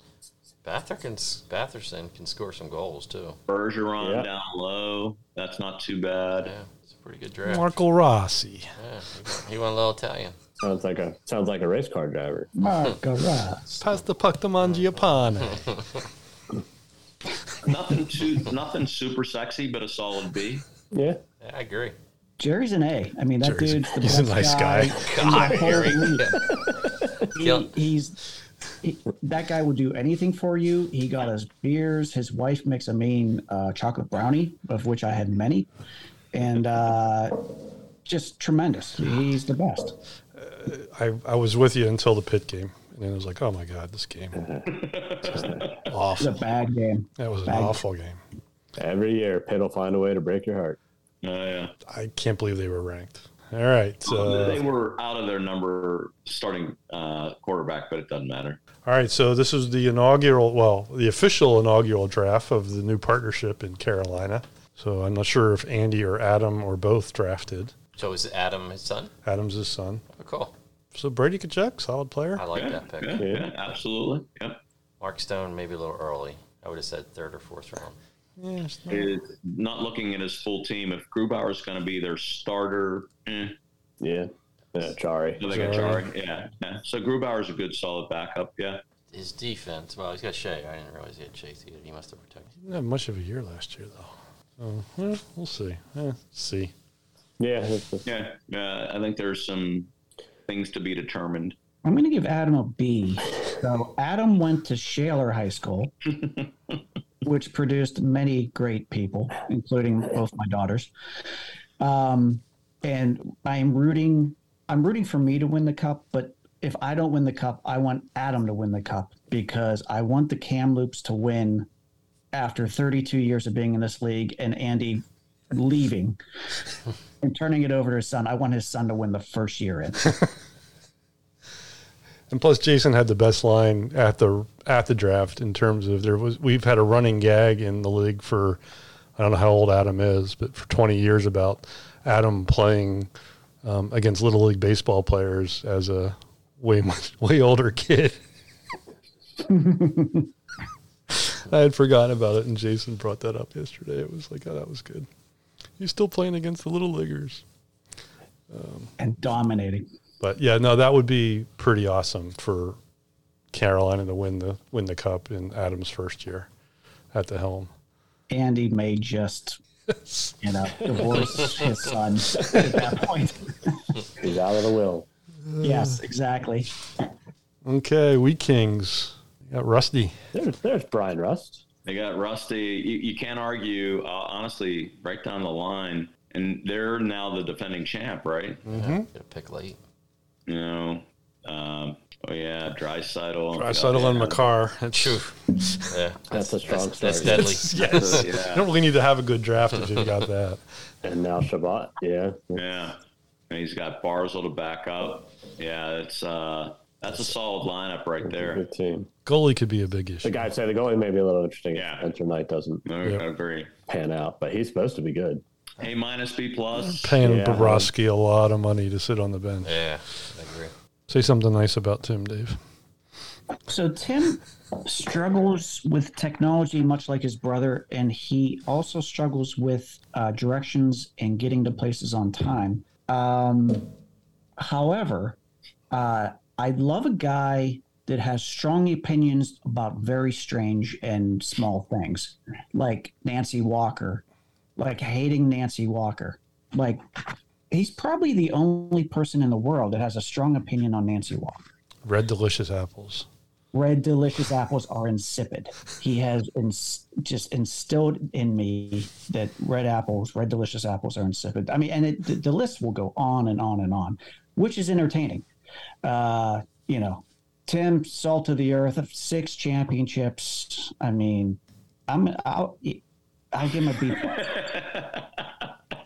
Bather can s- Batherson can score some goals too.
Bergeron
Yeah.
down low. That's not too bad.
Yeah, it's a pretty good draft.
Marco Rossi.
Yeah, he went- he went a little Italian.
Sounds like a sounds like a race car driver.
Mark Arras.
Pass the puck to Mangiapane.
Nothing too, nothing super sexy, but a solid B.
Yeah,
Yeah, I agree.
Jerry's an A. I mean, that
Jerry's-
dude's the
he's a
best
nice guy.
in the whole league.
Kill-
He- he's he, that guy will do anything for you. He got his beers. His wife makes a mean uh, chocolate brownie, of which I had many, and uh, just tremendous. He's the best.
I, I was with you until the pit game, and then I was like, oh my god, this game, Just
It's a
awful.
bad game.
That was an
bag.
awful game.
every year Pitt will find a way to break your heart.
Oh, yeah.
I can't believe they were ranked. All right,
they
uh,
were out of their number starting uh, quarterback, but it doesn't matter.
all right. So this is the inaugural, well, the official inaugural draft of the new partnership in Carolina. So I'm not sure if Andy or Adam or both drafted.
So is Adam his son?
Adam's his son.
Oh, cool.
So Brady Kachuk, solid player.
I like
Yeah,
that pick.
yeah, yeah, absolutely. Yep.
Mark Stone maybe a little early. I would have said third or fourth round.
Yeah, it's not-
Is not looking at his full team. If Grubauer is going to be their starter, eh,
Yeah, yeah. Sorry.
So they got
Sorry.
Jari, Yeah, yeah. So Grubauer's a good solid backup. Yeah.
his defense. Well, he's got Shea. I didn't realize he had Chase either. He must have protected.
Didn't have much of a year last year though. So well, we'll see. Eh, see.
Yeah, that's- that's-
Yeah, uh, I think there's some things to be determined.
I'm going to give Adam a B. So Adam went to Shaler High School, which produced many great people, including both my daughters. Um, and I'm rooting. I'm rooting for me to win the cup, but if I don't win the cup, I want Adam to win the cup because I want the Kamloops to win after 32 years of being in this league and Andy leaving and turning it over to his son. I want his son to win the first year in.
And plus, Jason had the best line at the at the draft in terms of there was we've had a running gag in the league for I don't know how old Adam is, but for 20 years about Adam playing um, against little league baseball players as a way much, way older kid. I had forgotten about it, and Jason brought that up yesterday. It was like, oh, that was good. He's still playing against the little leaguers.
and dominating.
But yeah, no, that would be pretty awesome for Carolina to win the win the cup in Adams' first year at the helm.
Andy may just, you know, divorce his son at that point.
he's out of the will.
yes, exactly.
Okay, we Kings got Rusty.
There's there's Brian Rust.
They got Rusty. You, you can't argue, uh, honestly, right down the line. And they're now the defending champ, right?
Mm-hmm.
Got to pick late.
You know, um, oh yeah, Drysidle.
I settled on McCarr. That's true.
Yeah,
That's a strong
that's, that's
start.
deadly.
Yes,
Yeah.
you don't really need to have a good draft if you've got that.
And now Shabbat. Yeah.
Yeah, and he's got Barzil to back up. Yeah, it's uh, that's a solid lineup right there.
Good team.
Goalie could be a big
The
issue.
guy I'd say the goalie may be a little interesting
Yeah.
if Spencer Knight doesn't
I
Yep.
agree.
pan out, but he's supposed to be good.
A minus B plus.
Paying
Yeah.
Bobrovsky a lot of money to sit on the bench.
Yeah, I agree.
Say something nice about Tim, Dave.
So Tim struggles with technology, much like his brother, and he also struggles with uh, directions and getting to places on time. Um, however, uh, I love a guy that has strong opinions about very strange and small things, like Nancy Walker, like hating Nancy Walker. Like, he's probably the only person in the world that has a strong opinion on Nancy Walker
Red delicious apples.
red delicious apples are insipid. He has ins- just instilled in me that red apples, red delicious apples are insipid. I mean, and it, the, the list will go on and on and on, which is entertaining. Uh, you know, Tim, salt of the earth, six championships. I mean, I'm I'll, I'll give him a B.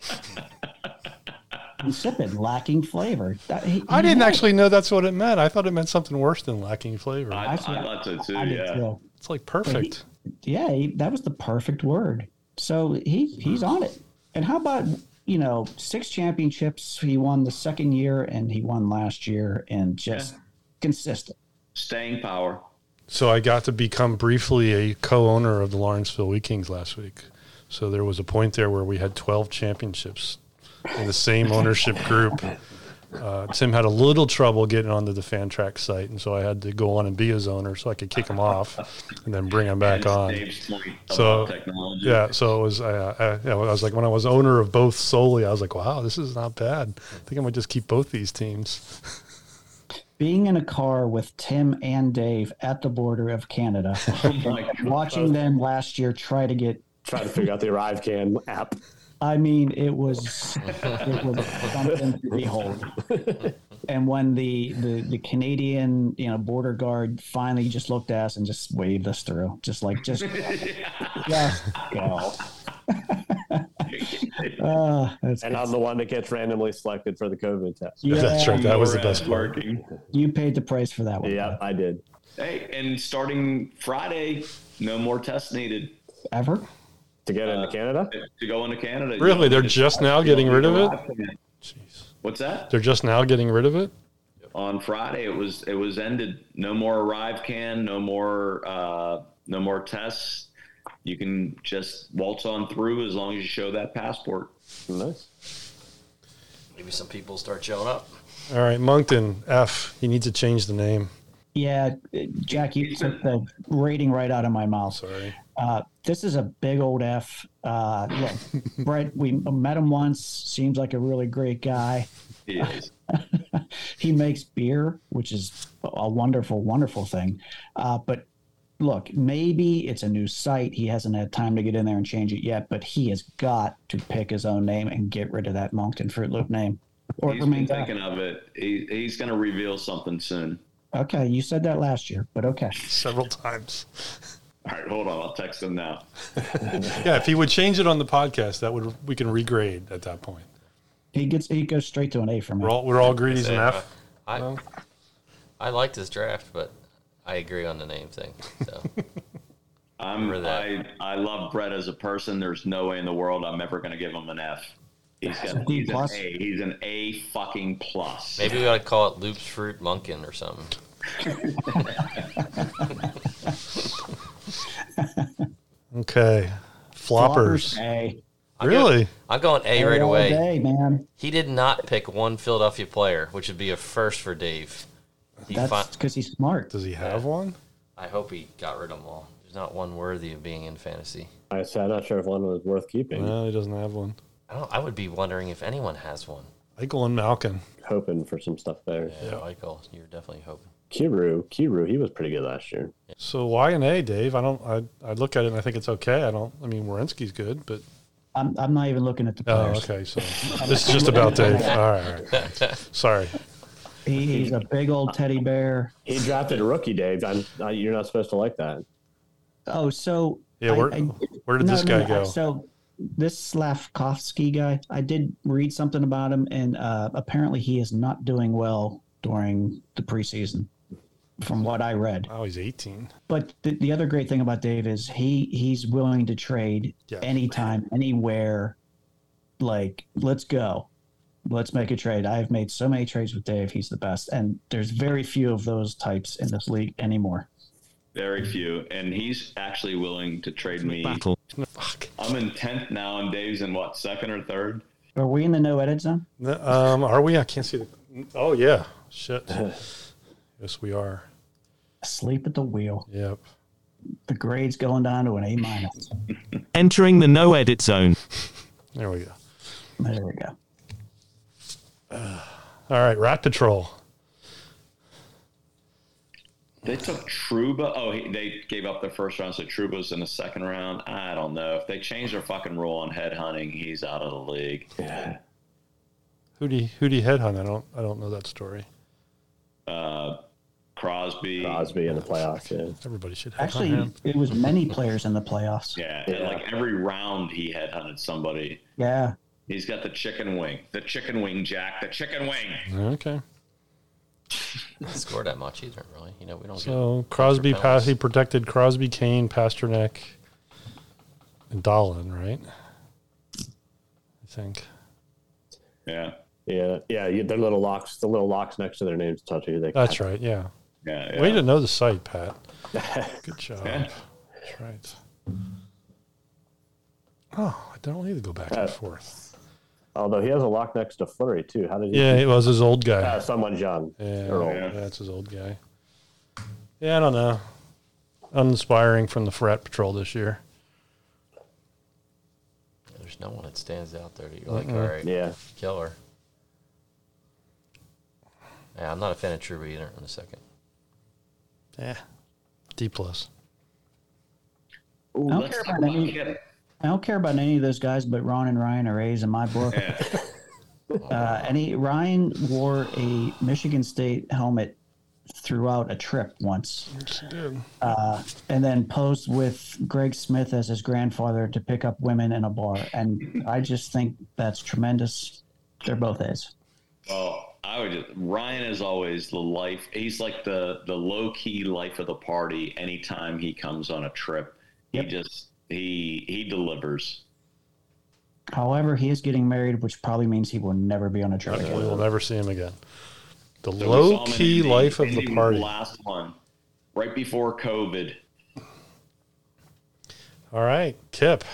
insipid, lacking flavor. That- he-
I didn't
he-
actually know that's what it meant. I thought it meant something worse than lacking flavor.
I, I
see.
thought so too.
I did
Yeah.
too.
it's like perfect.
yeah, he, that was the perfect word. So he he's on it. And how about you know six championships? He won the second year and he won last year, and just consistent.
Staying power.
So I got to become briefly a co-owner of the Lawrenceville Wheat Kings last week. So there was a point there where we had 12 championships in the same ownership group. Uh, Tim had a little trouble getting onto the Fantrax site, and so I had to go on and be his owner so I could kick him off and then bring him back
And
on.
Dave's point
So,
about technology.
Yeah, so it was. Uh, uh, yeah, well, I was like, when I was owner of both solely, I was like, wow, this is not bad. I think I might just keep both these teams.
Being in a car with Tim and Dave at the border of Canada,
Like,
watching them last year try to get.
Trying to figure out the Arrive Can app.
I mean, it was it was something to behold. And when the, the the Canadian you know border guard finally just looked at us and just waved us through, just like just just go. Uh, that's
And I'm the one that gets randomly selected for the COVID test.
yeah,
That's right. That was the
Morad
best part.
Working.
You paid the price for that one.
Yeah, I did.
Hey, and starting Friday, no more tests needed
Ever?
To get into Canada?
to go into Canada. You
Really,
don't
they're
need to-
just now getting rid of it.
What's that?
They're just now getting rid of it.
On Friday, it was it was ended. No more arrive can. No more uh, no more tests. You can just waltz on through as long as you show that passport.
Nice.
Maybe some people start showing up.
All right, Moncton F. He needs to change the name.
Yeah, Jack, you took the rating right out of my mouth.
Sorry.
Uh, this is a big old F. Uh, look, Brett, we met him once. Seems like a really great guy.
He is.
he makes beer, which is a wonderful, wonderful thing. Uh, but look, maybe it's a new site. He hasn't had time to get in there and change it yet, but he has got to pick his own name and get rid of that Moncton Fruit Loop name. Or it
He's been
remains out.
thinking of it. He, he's going to reveal something soon.
Okay, you said that last year, but okay.
Several times.
All right, hold on. I'll text him now.
Yeah, if he would change it on the podcast, that would we can regrade at that point.
He gets he goes straight to an A for me.
We're all we're all greedies
Say,
and
uh,
F.
I,
No?
I liked his draft, but I agree on the name thing. So
I'm,
Remember
I,
that.
I love Brett as a person. There's no way in the world I'm ever going to give him an F. He's, got,
D
he's an
plus.
A. He's an A fucking plus.
maybe we ought to call it Loops Fruit Munkin or something.
Okay. Floppers.
A.
Really?
I'm going A
A
right
all
away.
day, man.
He did not pick one Philadelphia player, which would be a first for Dave. He fi-
That's because he's smart.
Does he have one?
I hope he got rid of them all. There's not one worthy of being in fantasy.
I said, I'm not sure if one was worth keeping.
No, he doesn't have one.
I don't. I would be wondering if anyone has one.
Michael and Malkin.
Hoping for some stuff there.
Yeah, Michael, you're definitely hoping.
Kiru, Kiru, he was pretty good last year.
So why an A, Dave? I don't. I, I look at it and I think it's okay. I don't. I mean, Wierenski's good, but
I'm, I'm not even looking at the
oh,
players.
okay. So this is just about Dave. All right. All right. Sorry.
He, he's a big old teddy bear.
He drafted a rookie, Dave. I'm, I, you're not supposed to like that.
Oh, so
Yeah.
I-
Where
I-
Where did
no,
this
no,
guy
no, I-
go?
So this Slavkovsky guy, I did read something about him, and uh, apparently he is not doing well during the preseason, from what I read.
Oh, he's 18.
But the, the other great thing about Dave is he he's willing to trade
Yeah.
anytime, anywhere. Like, let's go. Let's make a trade. I've made so many trades with Dave. He's the best. And there's very few of those types in this league anymore.
Very few. And he's actually willing to trade me.
Battle.
I'm in 10th now, and Dave's in what, second or third?
Are we in the no edit zone?
No, Um, are we? I can't see the. Oh yeah. Shit. yes, we are.
Sleep at the wheel.
Yep.
The grade's going down to an A minus.
Entering the no edit zone.
There we go.
There we go.
All right. Rat Patrol.
They took Truba. Oh, he, they gave up their first round, so Truba's in the second round. I don't know. If they change their fucking rule on headhunting, he's out of the league.
Who do you, who do you headhunt? I don't I don't know that story.
Crosby.
Crosby in the playoffs. Yeah.
Everybody should headhunt
Actually,
him.
it was many players in the playoffs.
Yeah, and like every round he headhunted somebody.
Yeah.
He's got the chicken wing, the chicken wing, Jack, the chicken wing.
Okay.
Didn't score that much either, really. You know, we don't.
So Crosby
penalties.
pass he protected Crosby, Kane, Pasternak, and Dolan, right? I think.
Yeah,
Yeah, yeah, yeah, their little locks, the little locks next to their names tell you they.
That's right. Yeah.
yeah, yeah.
Way to know the site, Pat. Good job. That's right. Oh, I don't need to go back and forth.
Although he has a lock next to Flurry too. How did he?
Yeah, it was his old
Uh,
guy.
someone young. Earl.
Yeah, that's his old guy. Yeah, I don't know. Uninspiring from the frat patrol this year.
There's no one that stands out there that you're like, all right,
Yeah.
killer. Yeah, I'm not a fan of Truba either. In a second,
Yeah. D plus.
Ooh,
I don't
let's
care
talk
about
about
any-
Kittle.
I don't care about any of those guys, but Ron and Ryan are A's in my book. uh, and he, Ryan wore a Michigan State helmet throughout a trip once, and then posed with Greg Smith as his grandfather to pick up women in a bar. And I just think that's tremendous. They're both A's.
Well, I would just, Ryan is always the life. He's like the the low key life of the party. Anytime he comes on a trip,
Yep.
he just he he delivers.
However, he is getting married, which probably means he will never be on a trip
We
again.
will never see him again. The
So we
low
saw him in
key
Indy-
life of the
Indy was
party.
Last one, right before COVID.
All right, Kip.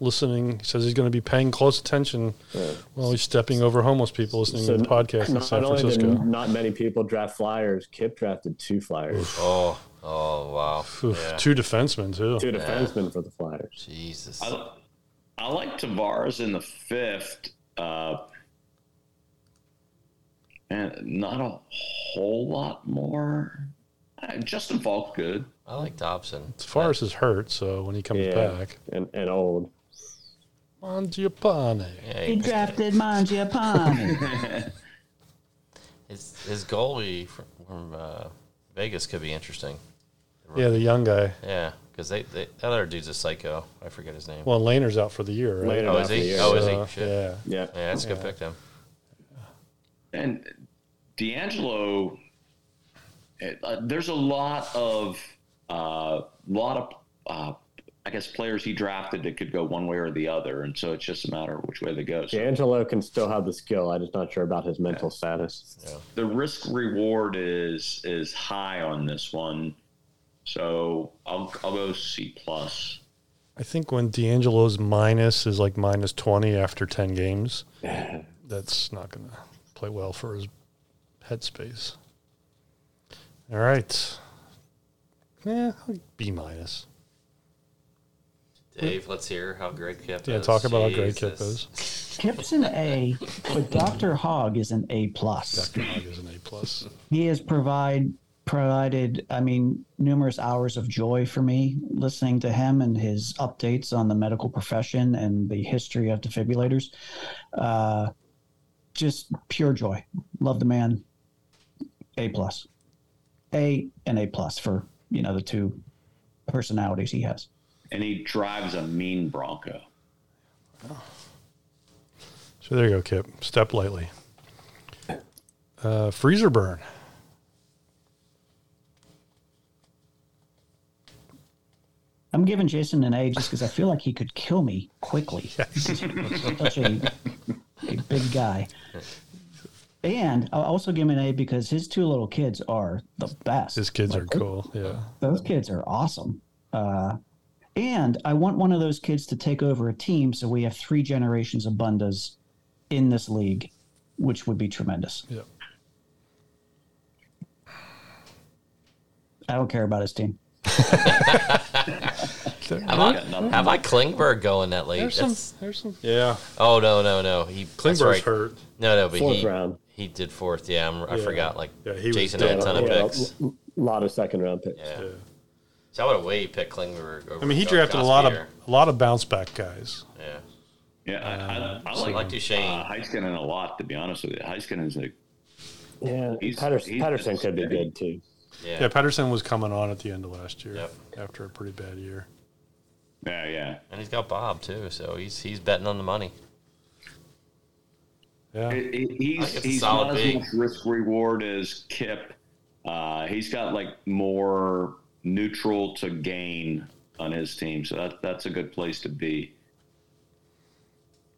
listening. He says he's going to be paying close attention while he's stepping over homeless people listening to the podcast in
not,
San
only did
Francisco.
not many people draft flyers, Kip drafted two flyers,
Oh, oh wow.
Oof,
Yeah.
Two defensemen too.
two defensemen for the flyers.
Jesus.
I, I like Tavares in the fifth. Uh, and not a whole lot more. Uh, Justin Falk, good.
I like Dobson.
Tavares is hurt, so when he comes
Yeah,
back,
and and old.
Mangiapane.
Yeah,
He
he-
drafted Mangiapane.
his, his goalie from, from uh, Vegas could be interesting.
Yeah, the young guy.
Yeah, because they, they the other dude's a psycho. I forget his name.
Well, Laner's out for the year, right?
Laner
oh,
out
is
for the
he?
year.
Oh, is
Uh,
he? Shit.
yeah.
Yeah,
Yeah, that's a good pick then.
And D'Angelo, eh, uh, there's a lot of uh, lot of uh, I guess players he drafted that could go one way or the other, and so it's just a matter of which way they go. So
D'Angelo can still have the skill. I'm just not sure about his mental status.
the risk reward is is high on this one, so I'll I'll go C plus.
I think when D'Angelo's minus is like minus 20 after 10 games, that's not going to play well for his headspace. All right. Yeah, B minus.
Dave, let's hear how great Kip
Yeah,
is.
talk about how great Kip
Oh, Jesus.
is.
Kip's an A, but Dr. Hogg is an A plus.
Dr. Hogg is an A plus.
he has provide provided i mean numerous hours of joy for me listening to him and his updates on the medical profession and the history of defibrillators uh, just pure joy love the man a plus a and a plus for you know the two personalities he has
and he drives a mean Bronco.
So there you go, Kip. Step lightly. Uh, freezer burn.
i'm giving jason an a just because i feel like he could kill me quickly such a, a big guy. And I'll also give him an A because his two little kids are the best.
His kids are cool. Yeah.
Those kids are awesome. Uh, and I want one of those kids to take over a team so we have three generations of Bundas in this league, which would be tremendous.
Yeah.
I don't care about his team.
Have I, have I Klingberg going that late?
There's some.
That's-
There's some. Yeah.
oh no, no, no. He that's
Klingberg's
right.
hurt.
No, no, but
Fourth
he
round.
he did fourth. Yeah, I'm, I
Yeah.
forgot. Like
Yeah, he was
Jason
dead
had a ton of
on
Yeah,
picks.
a lot of second round picks.
Yeah.
Yeah.
So I would have way picked Klingberg. Over
I mean, he
Josh
drafted a lot of
Ospierre.
a lot of bounce back guys.
Yeah.
Yeah, I, I, I
Um, I
like
like
uh,
Duchesne.
Heiskanen a lot. To be honest with you, Heiskanen's like
Yeah,
He's-
Patterson,
he's
Patterson
just
could be
steady.
good too.
Yeah.
Yeah, Patterson was coming on at the end of last year
Yep.
after a pretty bad year.
yeah, yeah.
And he's got Bob too, so he's he's betting on the money.
Yeah.
He- he-
I think
He's
it's
he's
a solid
not
pick.
as much risk reward as Kip. Uh, he's got like more neutral to gain on his team, so that that's a good place to be.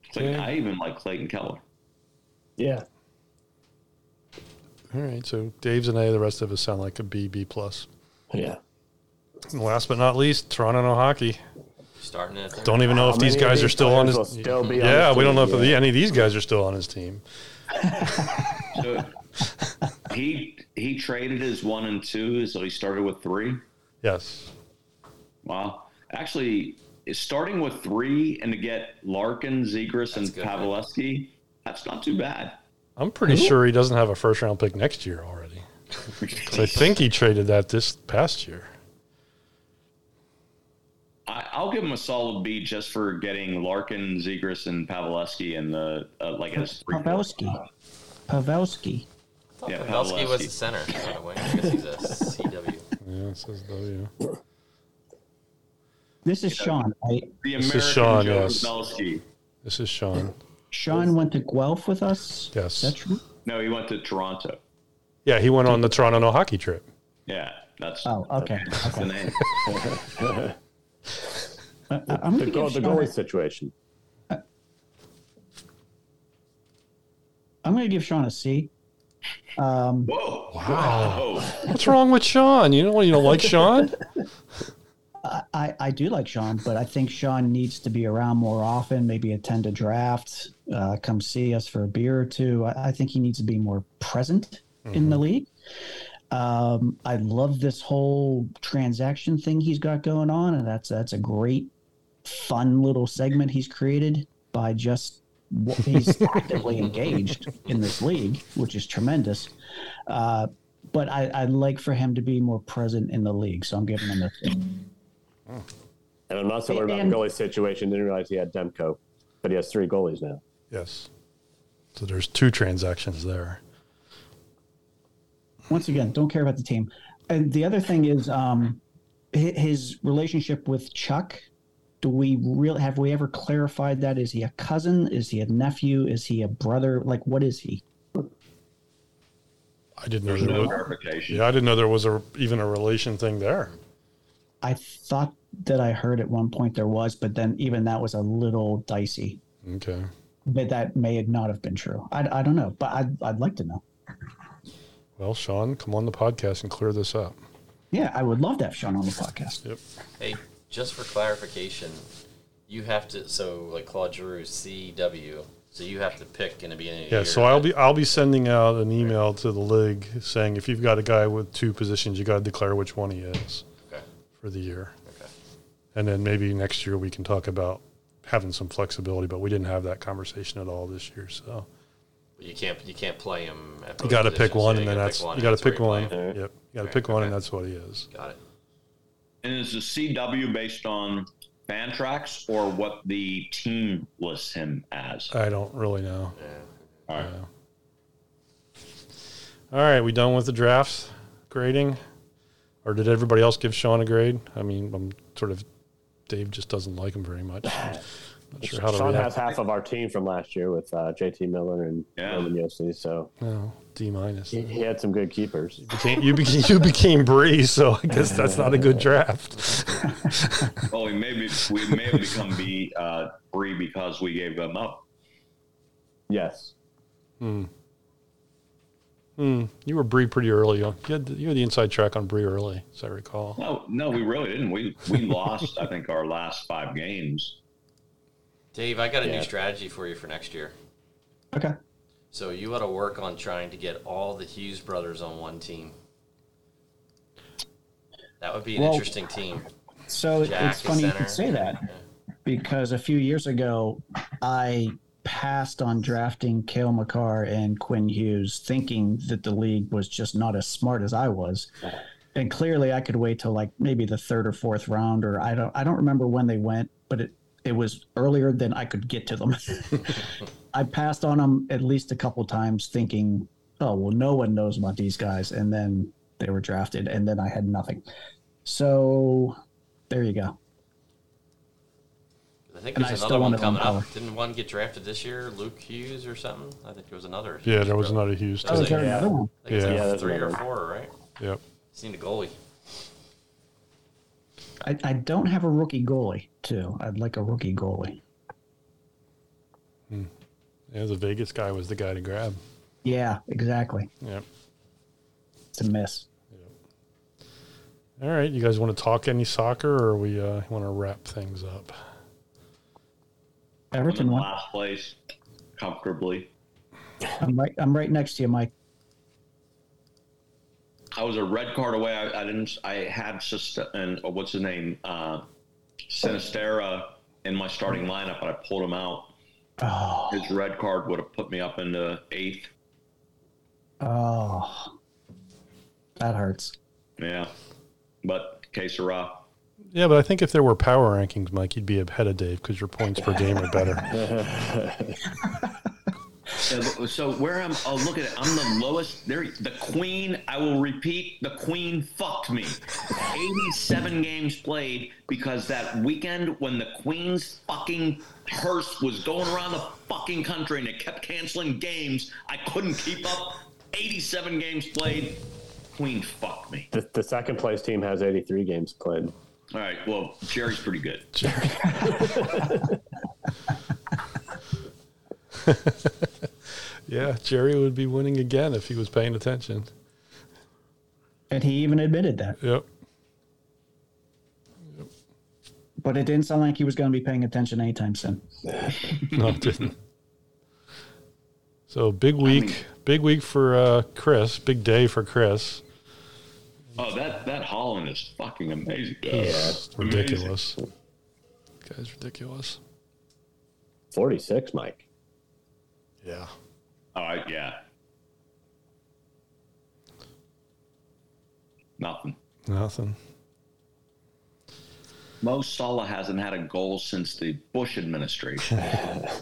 It's like,
Yeah.
I even like Clayton Keller.
Yeah,
All right. So Dave's an A. The rest of us sound like a B, B plus.
yeah.
And last but not least, Toronto no hockey.
Starting at third.
Don't even know if
How
these
many of
guys are
these
still on
players
his.
will still be on
yeah,
his
we don't know if
team? Yeah.
any of these guys are still on his team.
So he he traded his one and two, so he started with three.
Yes.
Wow. Actually, starting with three and to get Larkin, Zegras, and
That's good.
Pavelski, that's not too bad.
I'm pretty sure he doesn't have a first round pick next year already. 'Cause I think he traded that this past year.
I, I'll give him a solid B just for getting Larkin, Zegras, and Pavelski in the uh, like as three.
Pavelski. Pavelski.
I thought
Yeah,
Pavelski was
Pavelski.
the center. By the way, I guess he's a CW.
Yeah, it says W.
This is Sean, right?
The
This
American
is Sean,
Joe
yes.
Pavelski.
This is Sean.
Sean went to Guelph with us.
Yes.
Is that true?
No, he went to Toronto.
Yeah, he went on the Toronto no hockey trip.
Yeah, that's
Oh, okay.
that's the name.
I- I'm
The
gonna
goal,
give
the
Sean
goalie situation.
I'm going to give Sean a C. Um,
Whoa! Wow!
What's wrong with Sean? You know what? You don't like Sean?
I, I, I do like Sean, but I think Sean needs to be around more often. Maybe attend a draft, uh, come see us for a beer or two. I, I think he needs to be more present in the league. Um, I love this whole transaction thing he's got going on, and that's that's a great, fun little segment he's created by just what he's actively engaged in this league, which is tremendous. Uh, but I, I'd like for him to be more present in the league, so I'm giving him this.
And I'm not so worried about
And-
the goalie situation. Didn't realize he had Demko, but he has three goalies now.
Yes. So there's two transactions there.
once again, don't care about the team. And the other thing is um, hi- his relationship with Chuck. Do we real have we ever clarified that? Is he a cousin? Is he a nephew? Is he a brother? Like, what is he?
I didn't know
There's
there
no
was.
clarification.
Yeah, I didn't know there was a even a relation thing there.
I thought that I heard at one point there was, but then even that was a little dicey.
Okay.
But that may not have been true. I, I don't know, but I'd, I'd like to know.
Well, Sean, come on the podcast and clear this up.
Yeah, I would love to have Sean on the podcast.
Hey, just for clarification, you have to so like Claude Giroux, CW. So you have to pick in the beginning. Of the
Yeah,
year.
so I'll be I'll be sending out an email to the league saying if you've got a guy with two positions, you got to declare which one he is
Okay.
for the year,
Okay.
and then maybe next year we can talk about having some flexibility. But we didn't have that conversation at all this year, so
But you can't you can't play him. At
you
both
got to
positions,
pick one,
yeah,
and then
gotta
that's
pick one,
you got to
that's
pick
where you play
one.
him.
Yep, you got to
Right,
pick one, and
okay.
that's what he is.
Got it.
And is the CW based on fan tracks or what the team lists him as?
I don't really know.
Yeah.
All right.
All right, we done with the drafts grading, or did everybody else give Sean a grade? I mean, I'm sort of Dave just doesn't like him very much. Not sure how to
Sean
react.
has half of our team from last year with uh, JT Miller and
Yeah.
Roman Yossi, so
No, D minus.
he, he had some good keepers.
Became- you became you became Bree, so I guess that's not a good draft.
Well, we Oh, may be, we may have become B uh, Bree because we gave them up.
Yes.
You were Bree pretty early on. You had the, you had the inside track on Bree early, as I recall.
No, no, we really didn't. We we lost. I think our last five games.
Dave, I got a
Yeah.
new strategy for you for next year.
Okay.
So you got to work on trying to get all the Hughes brothers on one team. That would be an
Well,
interesting team.
So
Jack
it's
is
funny you
center.
could say that because a few years ago, I passed on drafting Kale McCarr and Quinn Hughes, thinking that the league was just not as smart as I was. And clearly, I could wait till like maybe the third or fourth round, or I don't, I don't remember when they went, but it it was earlier than I could get to them. I passed on them at least a couple times, thinking, oh well, no one knows about these guys, and then they were drafted, and then I had nothing. So there you go.
I think
And
there's
I
another
still
one
wanted
coming
Ron
up.
Power.
Didn't one get drafted this year? Luke Hughes or something? I think there was another.
Yeah,
Hughes
there was
brother.
not a huge.
That was
Is there
Yeah.
Oh, another one?
I think it's
Yeah.
like
Yeah, there's
three or
another
four, right?
Yep.
Just need a goalie.
I, I don't have a rookie goalie too. I'd like a rookie goalie.
Yeah, the Vegas guy was the guy to grab.
Yeah, exactly.
Yep.
It's a miss.
All right, you guys want to talk any soccer, or we uh, want to wrap things up?
I'm
Everton
in
one.
last place comfortably.
I'm right. I'm right next to you, Mike.
I was a red card away. I, I didn't. I had just and uh, what's his name, uh, Sinistera in my starting lineup, and I pulled him out.
Oh,
His red card would have put me up into eighth.
oh, that hurts.
Yeah, but Kesara.
Yeah, but I think if there were power rankings, Mike, you'd be ahead of Dave because your points per game are better.
So where am? Oh, look at it. I'm the lowest. There, the queen. I will repeat. The queen fucked me. 87 games played because that weekend when the queen's fucking hearse was going around the fucking country and it kept canceling games, I couldn't keep up. 87 games played. Queen fucked me.
The, the second place team has 83 games played.
All right. Well, Jerry's pretty good.
yeah, Jerry would be winning again if he was paying attention.
And he even admitted that.
Yep.
but it didn't sound like he was going to be paying attention anytime soon.
No, it didn't. So big week, big week for uh, Chris. Big day for Chris.
Oh, that that Holland is fucking amazing.
It's ridiculous. This guy's ridiculous.
46, Mike.
Yeah.
All right, Oh, yeah. Nothing.
Nothing.
Mo Salah hasn't had a goal since the Bush administration.
Give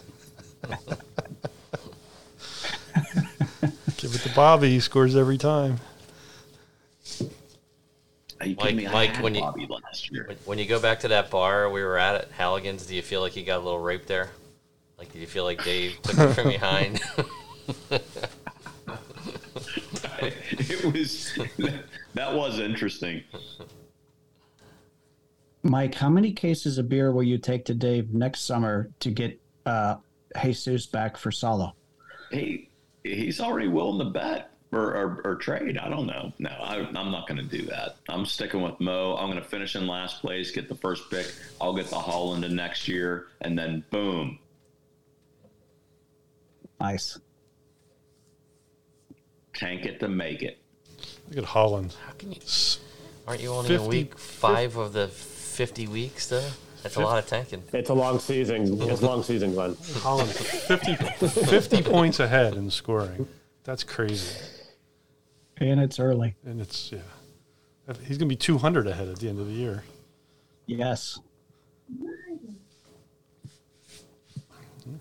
it to Bobby. He scores every time.
Are you
Mike-
kidding me? I
Mike,
had
when you-
Bobby last year.
When, when you go back to that bar we were at at Halligan's, do you feel like you got a little raped there? Like, do you feel like Dave took you from behind?
it was that was interesting.
Mike, how many cases of beer will you take to Dave next summer to get uh, Jesus back for Sala?
Hey, he's already willing to bet or, or, or trade. I don't know. No, I, I'm not going to do that. I'm sticking with Mo. I'm going to finish in last place, get the first pick. I'll get the Holland in next year, and then boom.
Nice.
tank it to make it.
Look at Holland.
How can you? Aren't you only in
50
week five of the fifty weeks though? That's a lot of tanking.
It's a long season. It's a long season, Glenn.
Holland 50, 50 points ahead in scoring. That's crazy.
And it's early.
And it's yeah. He's gonna be two hundred ahead at the end of the year.
Yes.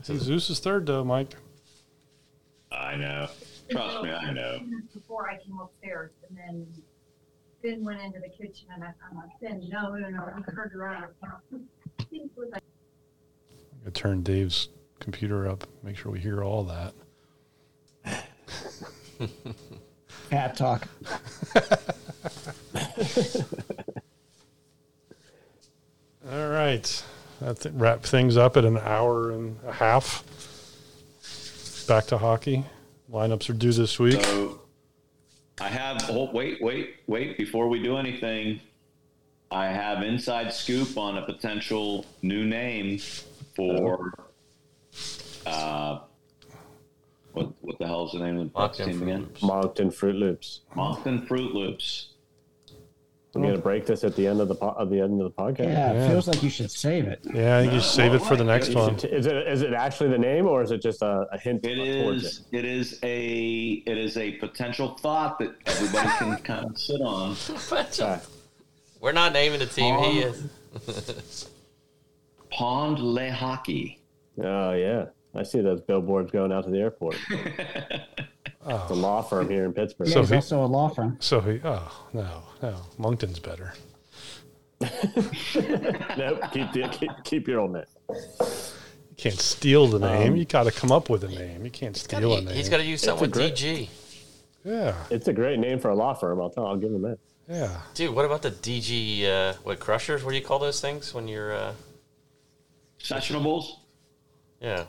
Zeus is third though, Mike.
I know. Trust me, I know.
Before I came upstairs, and then Ben went into the kitchen, and I, I'm like, Ben, no, no, no, I turned around. He was like,
I'm gonna turn Dave's computer up, make sure we hear all that.
Cat talk.
All right. That th- wrap things up at an hour and a half. Back to hockey. Lineups are due this week.
So I have. Oh, wait, wait, wait! Before we do anything, I have inside scoop on a potential new name for. Uh, what what the hell is the name of the Bucks
Locked in
team
for
again?
loops.
Moncton Fruit Loops.
Moncton Fruit Loops.
I'm gonna break this at the end of the po- at the end of the podcast.
Yeah,
Yeah.
it feels like you should save it.
Yeah, I think you should save it for the next
Is
one.
it, is it is it actually the name or is it just a, a hint
It
towards
is. It is a. It is a potential thought that everybody can kind of sit on.
Sorry.
We're not naming the team. He
Um,
is.
Pond Le Hockey.
Oh yeah, I see those billboards going out to the airport. It's a law firm here in Pittsburgh.
Yeah,
So
it's
he-
also a law firm.
So he, oh no, no, Moncton's better.
nope, keep, the, keep keep your old name.
You can't steal the name. you got to come up with a name. You can't steal a name.
He's got to use something with
a great-
DG.
yeah,
It's a great name for a law firm. I'll tell. I'll give them that.
yeah.
Dude, what about the DG? Uh, what crushers? What do you call those things when you're? Uh,
Sessionables.
yeah,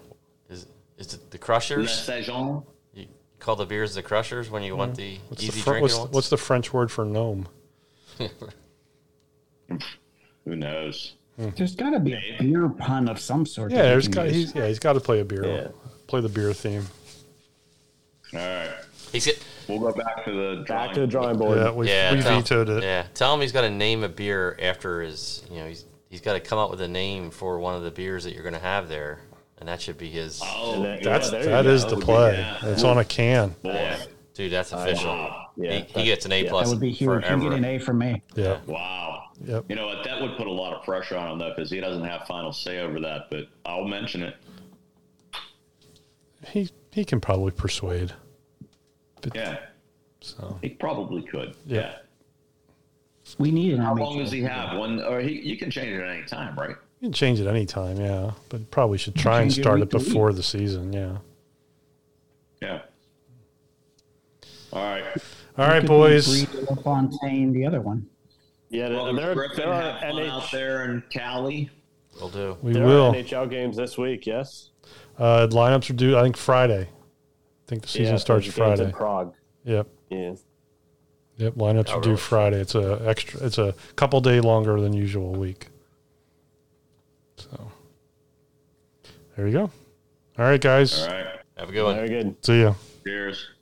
is is it the crushers?
Le Saison.
You call the beers the crushers when you want the
Mm. What's the,
easy
fr-
drinking
what's,
ones.
what's the French word for gnome?
Who knows?
There's got to be a beer pun of some sort.
Yeah,
that we
there's
can
got,
use.
he's, yeah, he's got to play a beer,
Yeah.
play the beer theme.
All right.
He's get,
We'll go back to the drawing.
Back to the drawing board.
Yeah, we,
yeah,
we
tell-
vetoed it.
Yeah, tell him he's got to name a beer after his. You know, he's he's got to come up with a name for one of the beers that you're going to have there, and that should be his.
Oh,
That-
yeah,
That's
there you
that
go.
is the play.
Yeah.
It's on a can.
Yeah.
boy.
Dude, that's official.
Yeah,
he, he gets an A
yeah.
plus
That would be huge. You
forever.
get an A from me.
Yeah.
Wow.
Yep.
You know what? That would put a lot of pressure on him, though, because he doesn't have final say over that, but I'll mention it.
He he can probably persuade.
Yeah.
So
He probably could.
Yeah.
Yeah.
We need an
How
Emmy.
long does he have? One, or he, you can change it at any time, right?
you can change it anytime, yeah. But probably should try and
change it
start it
week to week.
before the season, yeah.
Yeah. All right.
All right,
Could be
boys.
Breed La Fontaine, the other one.
Yeah,
Well,
there, there,
Griffin,
there are
have fun out
NH,
there in Cali.
Will do.
We
there
will.
are NHL games this week. Yes,
Uh, lineups are due I think Friday. I think the season
Yeah,
starts
there's games in
Friday.
Prague.
Yep.
Yeah.
Yep. Lineups
Oh,
are due
really?
Friday. It's a extra it's a couple day longer than usual week. So there you go. All right, guys.
All right.
Have a good one.
Very good.
See ya.
Cheers.